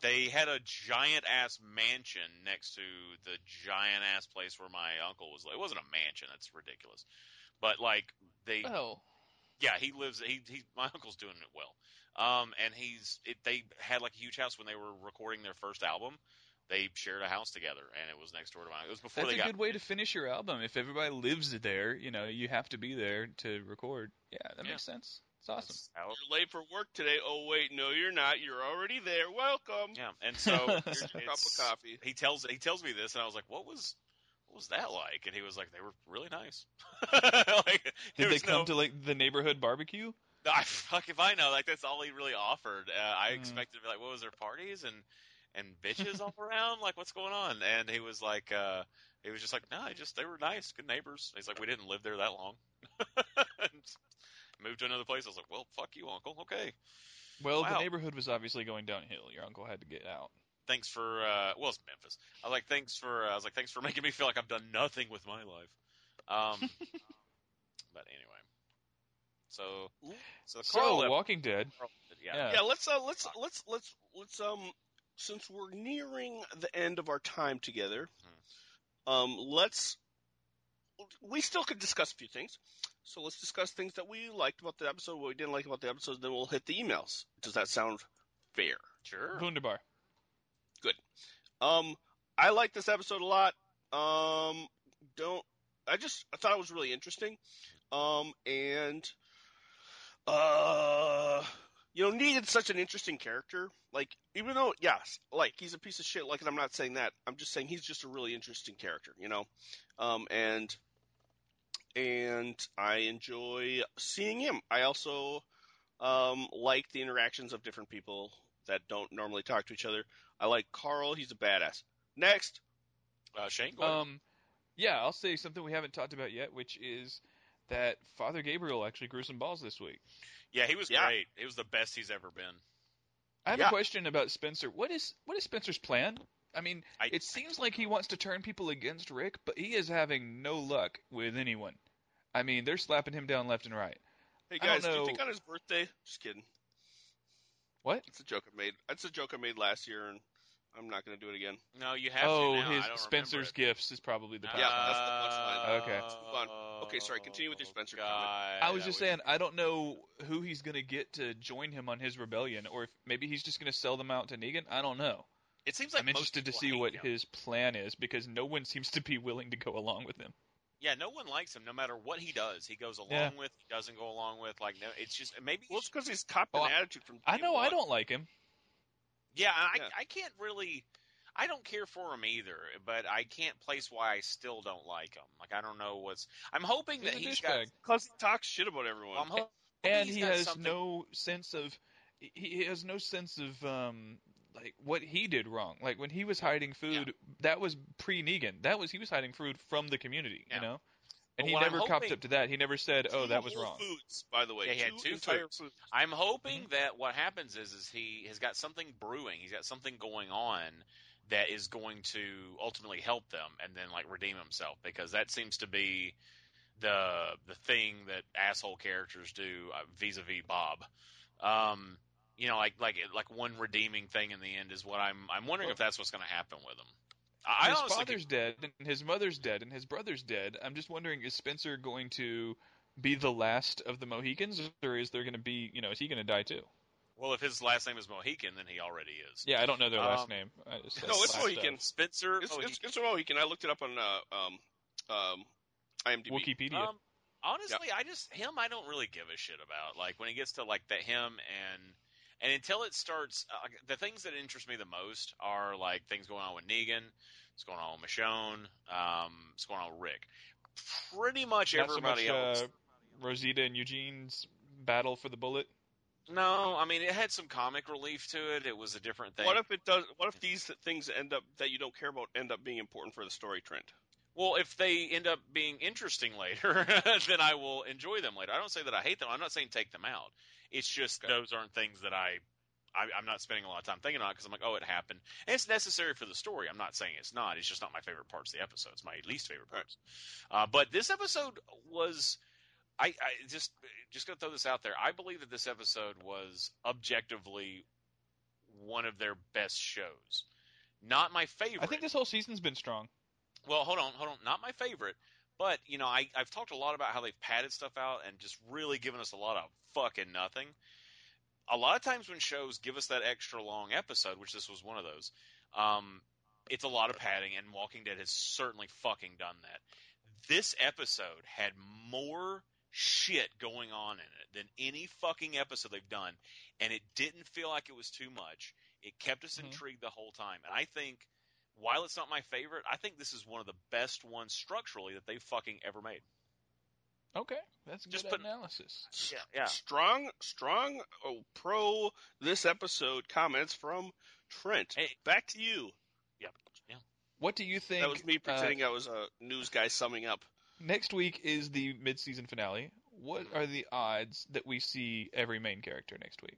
they had a giant ass mansion next to the giant ass place where my uncle was. It wasn't a mansion. That's ridiculous. But like they,
Oh,
yeah, he lives. He, he my uncle's doing it well. Um, and he's it, they had like a huge house when they were recording their first album. They shared a house together, and it was next door to mine. It was before
that's a
they got.
good way to finish your album. If everybody lives there, you know you have to be there to record. Yeah, that
Yeah.
makes sense. It's awesome.
That's how-
You're late for work today. Oh wait, no, you're not. You're already there. Welcome.
yeah, and so
Here's your cup of
it's-
coffee.
he tells he tells me this, and I was like, "What was what was that like?" And he was like, "They were really nice." like, there
Did they
was
come
no-
to like the neighborhood barbecue?
I fuck if I know. Like that's all he really offered. Uh, I
Mm.
expected to be like, what was there parties and and bitches all around? Like what's going on? And he was like, uh, he was just like, no, nah, just they were nice, good neighbors. He's like, we didn't live there that long. And moved to another place. I was like, well, fuck you, uncle. Okay,
Well,
Wow.
the neighborhood was obviously going downhill. Your uncle had to get out.
thanks for uh, well, it's Memphis. I was like, thanks for. Uh, I was like, thanks for making me feel like I've done nothing with my life. Um, but anyway, So, so, Carl
So, Walking Dead.
yeah.
Yeah, let's uh, let's let's let's let's um since we're nearing the end of our time together, um let's we still could discuss a few things. So let's discuss things that we liked about the episode, what we didn't like about the episode, then we'll hit the emails. Does that sound fair?
Sure.
Wunderbar.
Um, I like this episode a lot. Um, don't I just I thought it was really interesting. Um, and uh, you know, needed such an interesting character. Like, even though yes, like he's a piece of shit. Like, and I'm not saying that. I'm just saying he's just a really interesting character. You know, um, and and I enjoy seeing him. I also um like the interactions of different people that don't normally talk to each other. I like Carl. He's a badass. Next.
Uh, Shane, go ahead.
Um, yeah, I'll say something we haven't talked about yet, which is that Father Gabriel actually grew some balls this week.
yeah, he was
yeah.
great. It was the best he's ever been.
I have
Yeah.
a question about Spencer. What is what is Spencer's plan? I mean,
I-
it seems like he wants to turn people against Rick, but he is having no luck with anyone. I mean, they're slapping him down left and right.
Hey
I don't
guys, do you
know.
think on his birthday? Just kidding.
What?
It's a joke I made. That's a joke I made last year, and I'm not going to do it again.
No, you have
oh,
to now. I
his
don't remember
Spencer's
it.
gifts is probably the
Yeah,
punchline.
that's the punchline.
Okay.
Move on. Okay, sorry, continue with your Spencer comment.
God,
I was
that
just saying, I don't know who he's going to get to join him on his rebellion, or if maybe he's just going to sell them out to Negan. I don't know.
It seems like
I'm interested to
most
see
people
what
hate him.
his plan is because no one seems to be willing to go along with him.
Yeah, no one likes him, no matter what he does. He goes along
Yeah.
with, he doesn't go along with. Like, no, it's just maybe.
Well, it's because he's copped
Oh,
an
I-
attitude from.
I
day
know I
one.
don't like him.
yeah, I,
Yeah.
I can't really. I don't care for him either, but I can't place why I still don't like him. Like, I don't know what's. I'm hoping
He's
that
a
he's got.
douchebag.
Because he talks shit about everyone.
I'm hoping
and
he's
he
got
has
something-
no sense of he- he has no sense of um like what he did wrong. Like when he was hiding food, that was pre Negan. That was he was hiding food from the community,
Yeah.
you know.
But
And he
what I'm
never copped
hoping-
up to that. He never said, "Oh,
Two
that was
Whole
wrong."
Foods, by the way.
Yeah, he had two
entire
foods. I'm hoping
Mm-hmm.
that what happens is is he has got something brewing. He's got something going on that is going to ultimately help them and then like redeem himself because that seems to be the the thing that asshole characters do uh, vis-a-vis Bob. Um, you know, like like like one redeeming thing in the end is what I'm I'm wondering if that's what's going to happen with him. I, I
his
honestly
father's dead, and his mother's dead, and his brother's dead. I'm just wondering, is Spencer going to be the last of the Mohicans, or is there going to be, you know, is he going to die too?
keep- well, if his last name is Mohican, then he already is.
Yeah, I don't know their last
Um,
name. I just
No, it's
last uh,
Mohican.
Spencer
It's,
Mohican.
it's, it's a Mohican. I looked it up on uh, um, um, IMDb.
stuff. Wikipedia.
Um, honestly, I just him. I don't really give a shit about like when it gets to like that him and and until it starts. Uh, the things that interest me the most are like things going on with Negan, what's going on with Michonne, um, what's going on with Rick. Pretty much
Not so
everybody
much,
else.
Uh, Rosita and Eugene's battle for the bullet.
No, I mean it had some comic relief to it. It was a different thing.
What if it does? What if these things end up that you don't care about end up being important for the story, Trent?
Well, if they end up being interesting later, then I will enjoy them later. I don't say that I hate them. I'm not saying take them out. It's just those aren't things that I, I I'm not spending a lot of time thinking on because I'm like, oh, it happened. And it's necessary for the story. I'm not saying it's not. It's just not my favorite parts of the episode. It's my least favorite parts. Uh, but this episode was. I, I just just gonna throw this out there. I believe that this episode was objectively one of their best shows. Not my favorite.
I think this whole season's been strong.
Well, hold on, hold on. Not my favorite, but you know, I, I've talked a lot about how they've padded stuff out and just really given us a lot of fucking nothing. A lot of times when shows give us that extra long episode, which this was one of those, um, it's a lot of padding, and Walking Dead has certainly fucking done that. This episode had more shit going on in it than any fucking episode they've done, and it didn't feel like it was too much. It kept us
Mhm.
intrigued the whole time, and I think while it's not my favorite, I think this is one of the best ones structurally that they've fucking ever made.
Okay, that's
Just
good
put-
analysis.
Yeah, yeah.
Strong, strong oh, pro this episode comments from Trent.
Hey.
Back to you.
What do you think?
That was me
uh,
pretending I was a news guy summing up.
next week is the mid-season finale. What are the odds that we see every main character next week?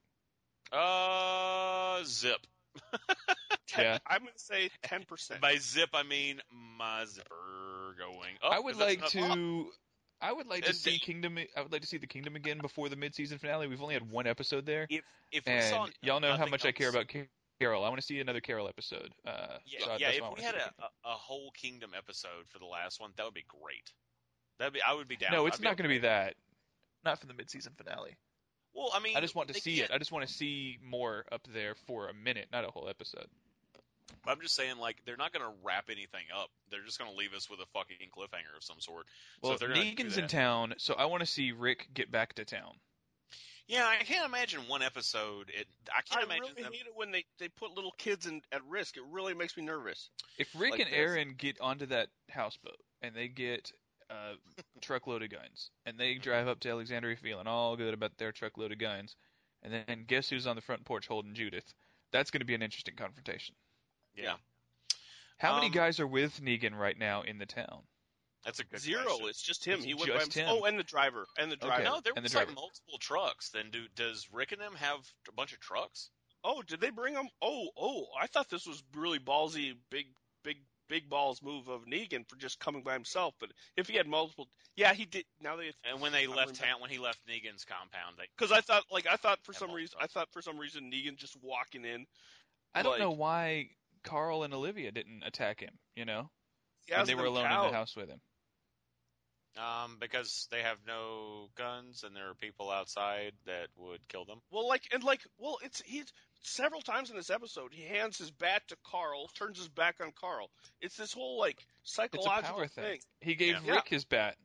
Uh, zip.
Yeah,
I'm going to say 10%.
By zip, I mean my zipper going. Up,
I would
'cause Oh, that's Oh.
like
another-
to. I would like to
And
see
they-
Kingdom. I would like to see the Kingdom again before the mid-season finale. We've only had one episode there,
If if we
and
saw
y'all know how
nothing
much I care
else-
about Ca- Carol. I want to see another Carol episode. Uh,
Yeah,
so I-
yeah.
that's why I
If we
wanna
had
see
a,
it.
a a whole Kingdom episode for the last one, that would be great. That'd be I would be down.
no, it's
I'd
not going to be
okay.
that. Not for the mid-season finale.
Well, I mean,
I just want to
they
see it.
can't-
I just want to see more up there for a minute, not a whole episode.
I'm just saying, like, they're not going to wrap anything up. They're just going to leave us with a fucking cliffhanger of some sort. so
Well,
if they're gonna do
Negan's in
that-
town, so I want to see Rick get back to town.
Yeah, I can't imagine one episode. It, I
I
can't imagine
really
them.
hate it when they, they put little kids in, at risk. It really makes me nervous.
If Rick
Like
and
this.
Aaron get onto that houseboat and they get a truckload of guns and they drive up to Alexandria feeling all good about their truckload of guns, and then and guess who's on the front porch holding Judith? That's going to be an interesting confrontation.
yeah,
How many
Um,
guys are with Negan right now in the town?
that's a good
Zero.
question.
It's just him.
It's
he went by
just
himself.
him.
Oh, and the driver. And the
Okay.
driver.
No, there
and the
was like
driver.
multiple trucks. Then do does Rick and them have a bunch of trucks?
Oh, did they bring him? Oh, oh, I thought this was really ballsy, big, big, big balls move of Negan for just coming by himself. But if he had multiple, yeah, he did. Now they,
And when they
I'm
left
remem-
town, when he left Negan's compound, they
because I thought, like, I thought for
Had
some
multiple.
reason, I thought for some reason Negan just walking in.
I don't
like-
know why Carl and Olivia didn't attack him. You know,
Yeah,
when they were alone in the house with him.
um because they have no guns and there are people outside that would kill them.
Well, like, and like, well, it's he's several times in this episode he hands his bat to Carl, turns his back on Carl. It's this whole like
It's a
psychological
power
thing.
thing. He gave
Yeah.
Yeah.
Rick his bat.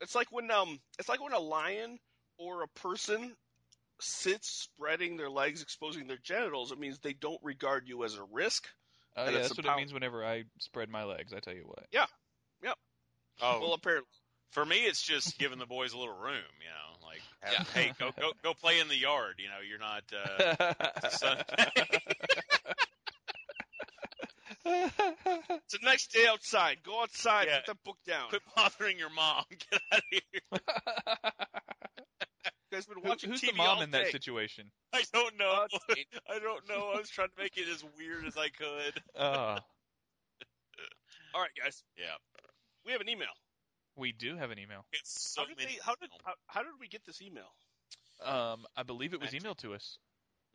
It's like when um, it's like when a lion or a person sits spreading their legs, exposing their genitals. It means they don't regard you as a risk.
Oh,
And
yeah,
it's
that's
a
what
power-
it means whenever I spread my legs. I tell you what.
Oh,
Well, apparently,
for me, it's just giving the boys a little room. You know, like have, hey, go go go play in the yard. You know, you're not. Uh, Sunday.
it's a nice day outside. Go outside.
Yeah.
Put that book down.
quit bothering your mom. Get out of here.
You guys been
Who-
watching
who's
TV
the mom
all
in that
day.
situation?
I don't know. I don't know. I was trying to make it as weird as I could.
Uh,
All right, guys,
Yeah,
we have an email.
we do have an email.
it's so
how did
many.
they, how did how, how did we get this email?
Um, I believe it was emailed to us.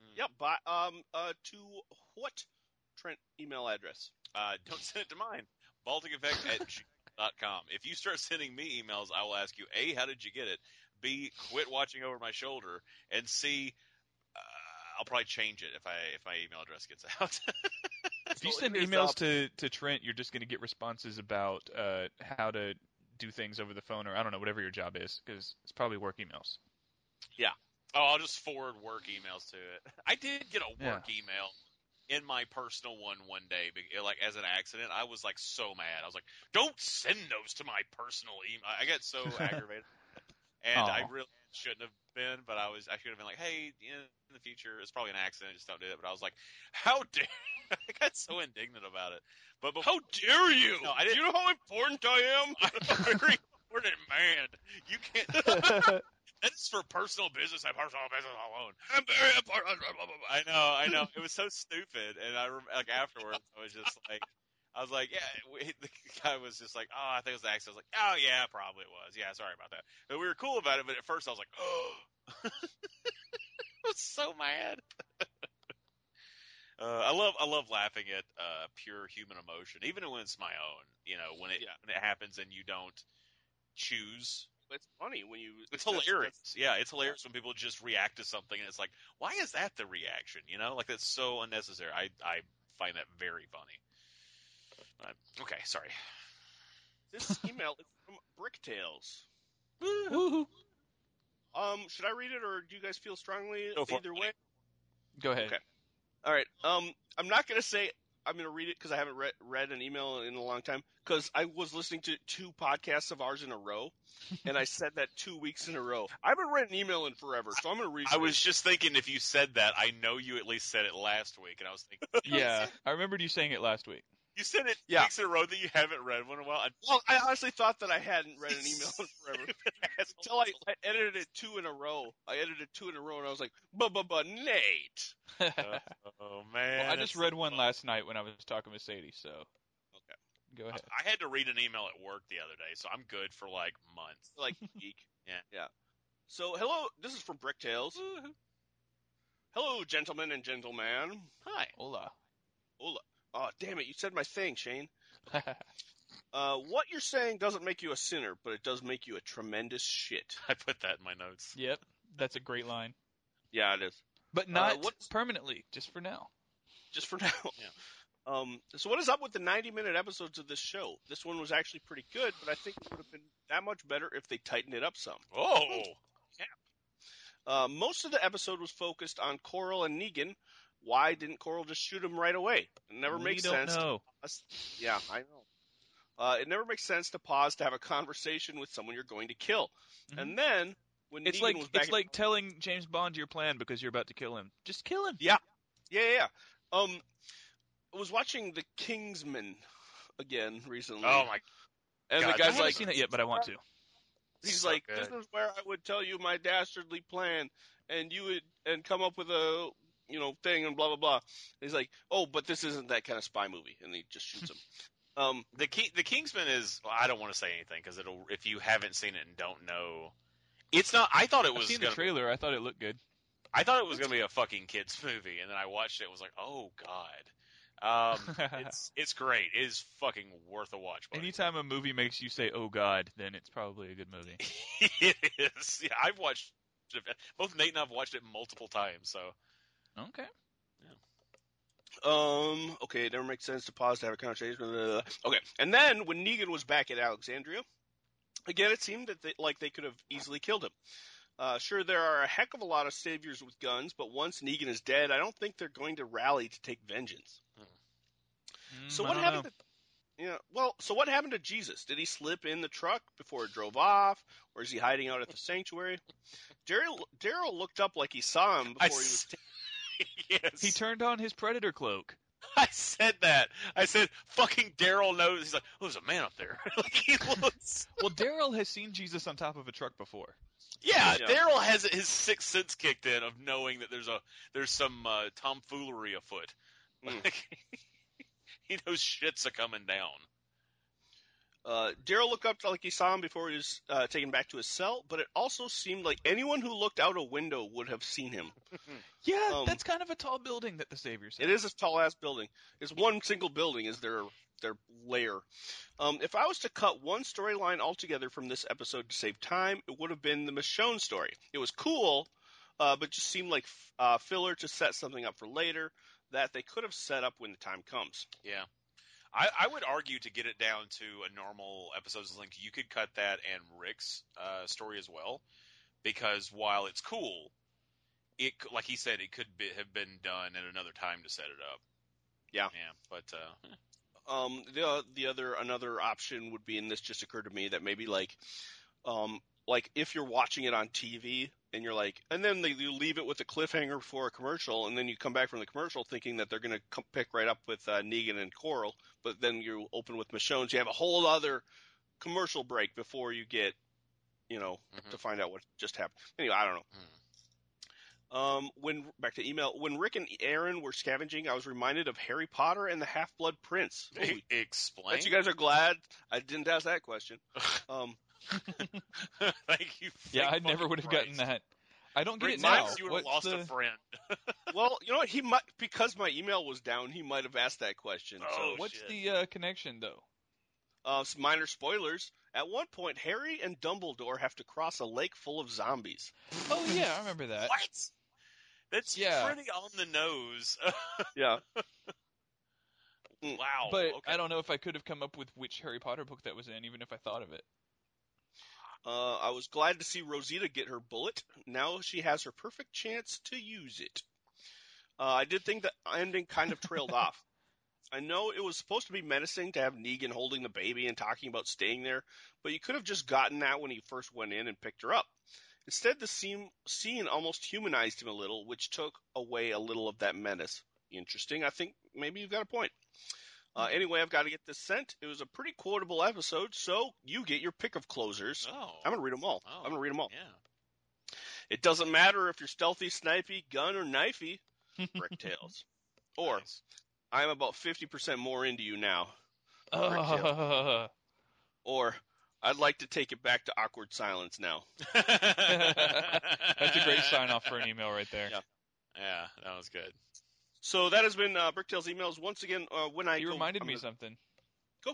Hmm.
Yep, by um uh to what Trent email address?
Uh, don't send it to mine. Baltic Effect at gmail.com. If you start sending me emails, I will ask you: A, how did you get it? B, quit watching over my shoulder, and C, uh, I'll probably change it if I if my email address gets out.
If you
So
send
it is
emails
up.
to, to Trent, you're just going to get responses about uh, how to do things over the phone, or I don't know, whatever your job is, because it's probably work emails.
oh, I'll just forward work emails to it. I did get a work email in my personal one one day, be- like as an accident. I was like so mad. I was like, "Don't send those to my personal email." I got so aggravated. And I
Aw.
really shouldn't have been, but I was. I should have been like, "Hey, you know, in the future, it's probably an accident. Just don't do that." But I was like, "How dare!" I got so indignant about it. But
How
before,
dare you?
No, I
Do
didn't-
you know how important I am?
I'm a very important man. You can't. That's for personal business and personal business alone. I'm very important. blah, blah, blah. I know, I know. It was so stupid, and I rem- like afterwards, I was just like, I was like, yeah. We, the guy was just like, oh, I think it was an accident. I was like, oh yeah, probably it was. Yeah, sorry about that. But we were cool about it. But at first, I was like, oh, I was so mad. Uh, I love I love laughing at uh, pure human emotion, even when it's my own. You know, when it
Yeah.
when it happens and you don't choose
It's funny when you.
it's
that's-
hilarious.
that's-
yeah, it's hilarious when people just react to something and it's like, why is that the reaction? You know, like that's so unnecessary. I I find that very funny. But- okay, sorry.
This email is from Brick Tales. Um, should I read it or do you guys feel strongly
Go for it,
either
buddy.
way?
Go ahead.
Okay. All right. Um, I'm not gonna say I'm gonna read it because I haven't read read an email in a long time. Because I was listening to two podcasts of ours in a row, and I said that two weeks in a row. I haven't read an email in forever, so I'm gonna read.
I was just thinking if you said that, I know you at least said it last week, and I was thinking
Yeah, I remembered you saying it last week.
you said it
Yeah.
weeks in a row that you haven't read one in a while. I,
Well, I honestly thought that I hadn't read an email in forever until
Asshole.
I, I edited it two in a row. I edited it two in a row, and I was like, "Ba ba ba, Nate."
oh man,
Well, I just
it's-
read one last night when I was talking with Sadie, so Go
I,
ahead.
I had to read an email at work the other day, so I'm good for like months.
Like
Geek. Yeah.
So, hello. This is from Brick Tales. Hello, gentlemen and gentleman. Hi.
Hola.
Oh, damn it! You said my thing, Shane. Uh, what you're saying doesn't make you a sinner, but it does make you a tremendous shit.
I put that in my notes.
yep, that's a great line,
Yeah, it is.
but not
what's-
permanently. Just for now.
Just for now.
Yeah.
Um, so what is up with the 90 minute episodes of this show? This one was actually pretty good, but I think it would have been that much better if they tightened it up some.
Oh,
Uh, most of the episode was focused on Coral and Negan. Why didn't Coral just shoot him right away? It never makes
we don't
sense.
Know.
Us- Yeah, I know. Uh, it never makes sense to pause to have a conversation with someone you're going to kill.
Mhm.
And then when
It's
Negan
like
was back
it's
at-
like telling James Bond your plan because you're about to kill him. Just kill him.
yeah, yeah, yeah. Um, I was watching The Kingsman again recently.
oh my!
And the guy's
I
God, I haven't
haven't
like,
seen it yet, but I want to.
he's
so
like,
good.
this is where I would tell you my dastardly plan, and you would and come up with a you know thing and blah blah blah. he's like, oh, but this isn't that kind of spy movie, and he just shoots him. um,
The King, the Kingsman is. Well, I don't want to say anything because it'll. If you haven't seen it and don't know, it's not. I thought it
I've
was.
seen the
gonna,
trailer. I thought it looked good.
I thought it was gonna be a fucking kids movie, and then I watched it. and Was like, oh god. Um, it's it's great. It is fucking worth a watch. buddy.
Anytime a movie makes you say "Oh God," then it's probably a good movie.
it is. Yeah, I've watched it. Both Nate and I've watched it multiple times. So
Okay.
Um. Okay, it never makes sense to pause to have a conversation. blah, blah, blah. Okay, and then when Negan was back at Alexandria, again it seemed that they, like they could have easily killed him. Uh, sure, there are a heck of a lot of saviors with guns, but once Negan is dead, I don't think they're going to rally to take vengeance. So
Mm, I
what
don't
happened?
know.
To, yeah. Well, so what happened to Jesus? Did he slip in the truck before it drove off, or is he hiding out at the sanctuary? Daryl Daryl looked up like he saw him before
I
he was
s- yes,
He turned on his predator cloak.
I said that. I said, "Fucking Daryl knows." He's like, "Oh, there's a man up there." like he looks.
Well, Daryl has seen Jesus on top of a truck before.
Yeah,
Yeah.
Daryl has his sixth sense kicked in of knowing that there's a there's some uh, tomfoolery afoot.
Mm.
Like, he knows shits are coming down.
Uh, Daryl looked up like he saw him before he was uh, taken back to his cell, but it also seemed like anyone who looked out a window would have seen him.
Yeah,
Um,
that's kind of a tall building that the Savior's.
It
in.
is a tall ass building. It's one single building is their their lair. Um, if I was to cut one storyline altogether from this episode to save time, it would have been the Michonne story. It was cool, uh, but just seemed like f- uh, filler to set something up for later that they could have set up when the time comes.
Yeah. I, I would argue to get it down to a normal episode's length, you could cut that and Rick's uh, story as well, because while it's cool, it c- like he said, it could be, have been done at another time to set it up.
Yeah.
yeah, but uh,
Um, the the other another option would be, and this just occurred to me that maybe like, um, like if you're watching it on TV and you're like, and then they you leave it with a cliffhanger for a commercial, and then you come back from the commercial thinking that they're gonna come, pick right up with uh, Negan and Coral, but then you open with Michonne, so you have a whole other commercial break before you get, you know,
Mhm.
to find out what just happened. Anyway, I don't know. Um, when back to email, when Rick and Aaron were scavenging, I was reminded of Harry Potter and the Half Blood Prince. Holy
e- explain.
Bet you guys are glad I didn't ask that question. Um,
Thank you.
Yeah, I
thank
never
fucking
would have gotten
Christ.
that. I don't get
Rick
it now.
Grimes, you would have
What's
lost
the...
a friend.
well, you know what? He might because my email was down. He might have asked that question.
Oh,
so,
What's
shit.
the uh, connection though?
uh, some minor spoilers. At one point, Harry and Dumbledore have to cross a lake full of zombies.
Oh yeah, I remember that.
What? That's
Yeah.
pretty on the nose. Oh,
Yeah,
wow.
But
okay.
I don't know if I could have come up with which Harry Potter book that was in, even if I thought of it.
uh, I was glad to see Rosita get her bullet. Now she has her perfect chance to use it. Uh, I did think the ending kind of trailed off. I know it was supposed to be menacing to have Negan holding the baby and talking about staying there, but you could have just gotten that when he first went in and picked her up. Instead, the scene, scene almost humanized him a little, which took away a little of that menace. Interesting. I think maybe you've got a point. Uh, anyway, I've got to get this sent. It was a pretty quotable episode, so you get your pick of closers.
Oh.
I'm going to read them all.
Oh.
I'm going to read them all.
Yeah.
It doesn't matter if you're stealthy, snipey, gun, or knifey, brick tails. Or,
Nice.
I'm about 50% more into you now.
Ugh.
Or I'd like to take it back to awkward silence now.
That's
That's
a great sign off for an email right there.
Yeah.
Yeah, that was good.
So that has been uh, Bricktale's emails once again. Uh, when I
He
go-
reminded
I'm
me
gonna-
something.
Go.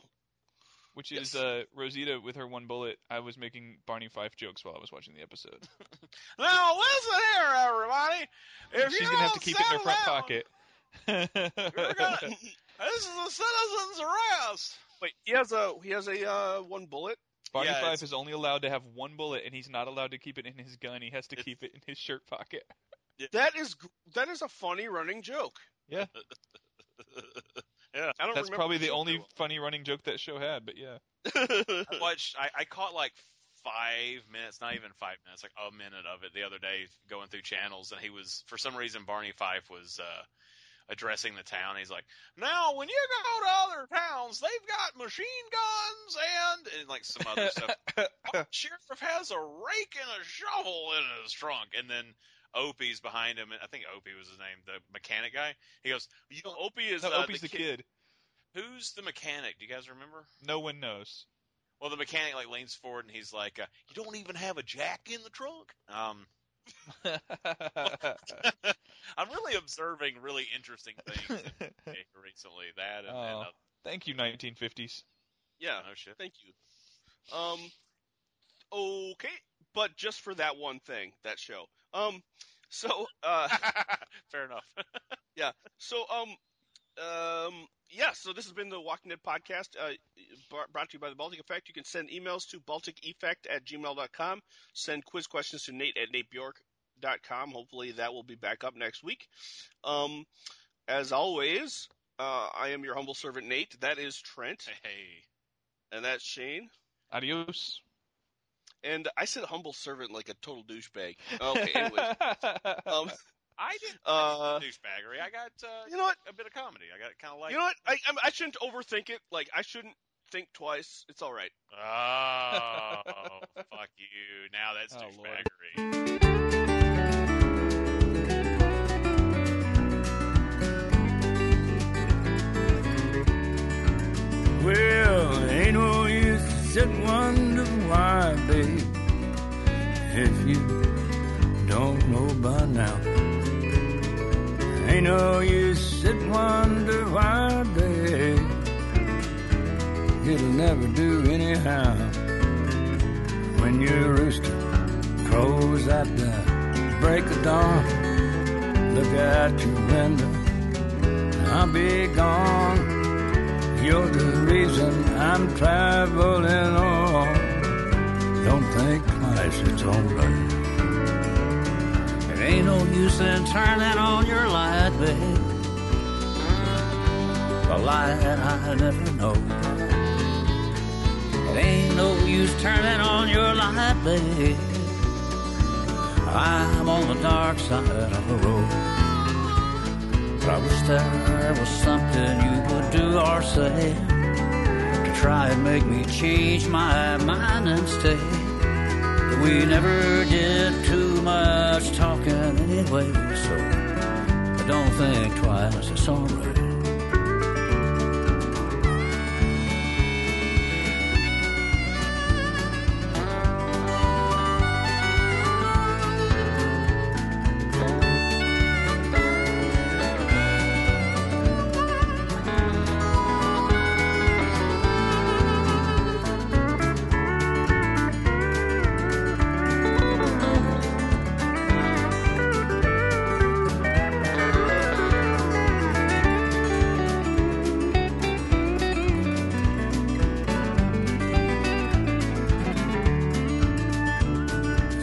Which
Yes.
is uh, Rosita with her one bullet. I was making Barney Fife jokes while I was watching the episode.
Now listen here, everybody. If
She's
you
gonna have
don't
to keep it in her
settle
front
down,
pocket.
you're gonna- this is a citizen's arrest.
Wait, he has a he has a uh, one bullet.
Barney
Yeah,
Fife
it's-
is only allowed to have one bullet, and he's not allowed to keep it in his gun. He has to
It's-
keep it in his shirt pocket.
That is gr- that is a funny running joke.
Yeah,
yeah,
I don't
that's
remember
probably
the
the
joke
only
very well.
funny running joke that show had. But yeah,
I watched. I, I caught like five minutes, not even five minutes, like a minute of it the other day, going through channels, and he was for some reason Barney Fife was uh, addressing the town. He's like, "Now, when you go to other towns, they've got machine guns and and like some other stuff. Our sheriff has a rake and a shovel in his trunk, and then." Opie's behind him, and I think Opie was his name, the mechanic guy. He goes, "You know, Opie is
no,
uh,
Opie's the,
ki-
kid.
Who's the mechanic? Do you guys remember?
No one knows.
Well, the mechanic like leans forward and he's like, uh, "You don't even have a jack in the trunk." Um, I'm really observing really interesting things recently. That and, and
Oh.
uh,
Thank you, 1950s.
yeah,
no shit.
thank you. Um, okay, but just for that one thing, that show. Um, so uh,
Fair enough.
so um, um, yeah. So this has been the Walking Dead podcast, uh, br- brought to you by the Baltic Effect. You can send emails to balticeffect at gmail.com. Send quiz questions to Nate at natebjork.com. Hopefully that will be back up next week. Um, as always, uh, I am your humble servant Nate. That is Trent,
Hey,
and that's Shane.
Adios.
And I said humble servant like a total douchebag. Okay, anyway. um,
I did
Uh,
douchebaggery. I got uh,
you know what?
a bit of comedy. I got kind of like.
You know what? I, I'm- I shouldn't overthink it. Like I shouldn't think twice. It's all right.
oh, fuck you! Now that's
Oh, Lord.
douchebaggery.
Well, ain't no use to sit and wonder why, babe, if you don't know by now. Ain't no use to sit and wonder why, babe, it'll never do anyhow. When your rooster crows at the break of dawn, look out your window, I'll be gone. You're the reason I'm traveling on. Don't think twice, it's over.
There ain't no use in turning on your light, babe. A light I never know. It ain't no use turning on your light, babe. I'm on the dark side of the road. But I wish there was something you would do or say to try and make me change my mind and stay. We never did too much talking anyway, so I don't think twice it's alright.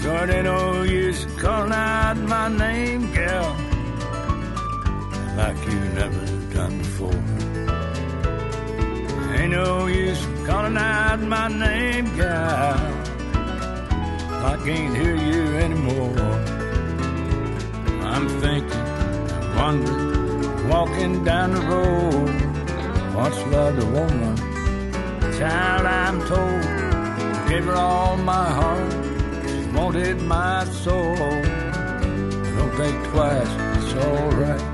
So it ain't no use calling out my name, girl, like you never done before. Ain't no use calling out my name, girl, I can't hear you anymore. I'm thinking, wondering, walking down the road. Once loved a woman, child, I'm told, gave her all my heart wanted my soul. Don't think twice, it's alright.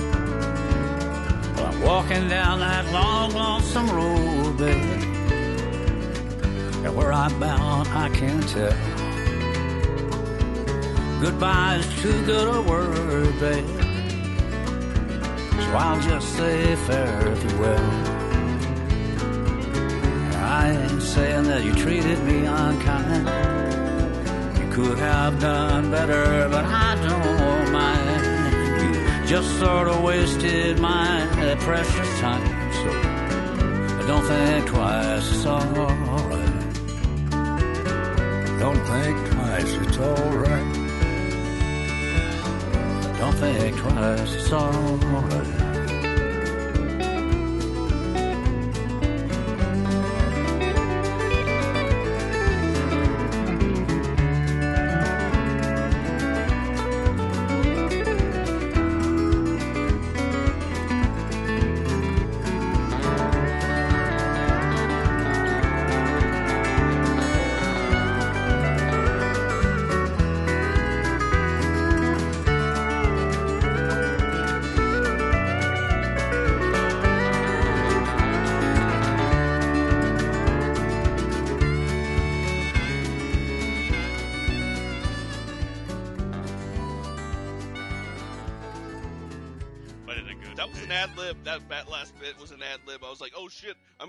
Well, I'm walking down that long, lonesome road, baby.
I bound, I can tell. Goodbye is too good a word, babe. So I'll just say fare thee well. I ain't saying that you treated me unkind. You could have done better, but I don't mind. You just sort of wasted my precious time, so I don't think twice, it's alright.
Don't think twice, it's alright.
Don't think twice, it's alright.
But in a good
That was an
way.
ad lib. That, that last bit was an ad lib. I was like, oh shit, I'm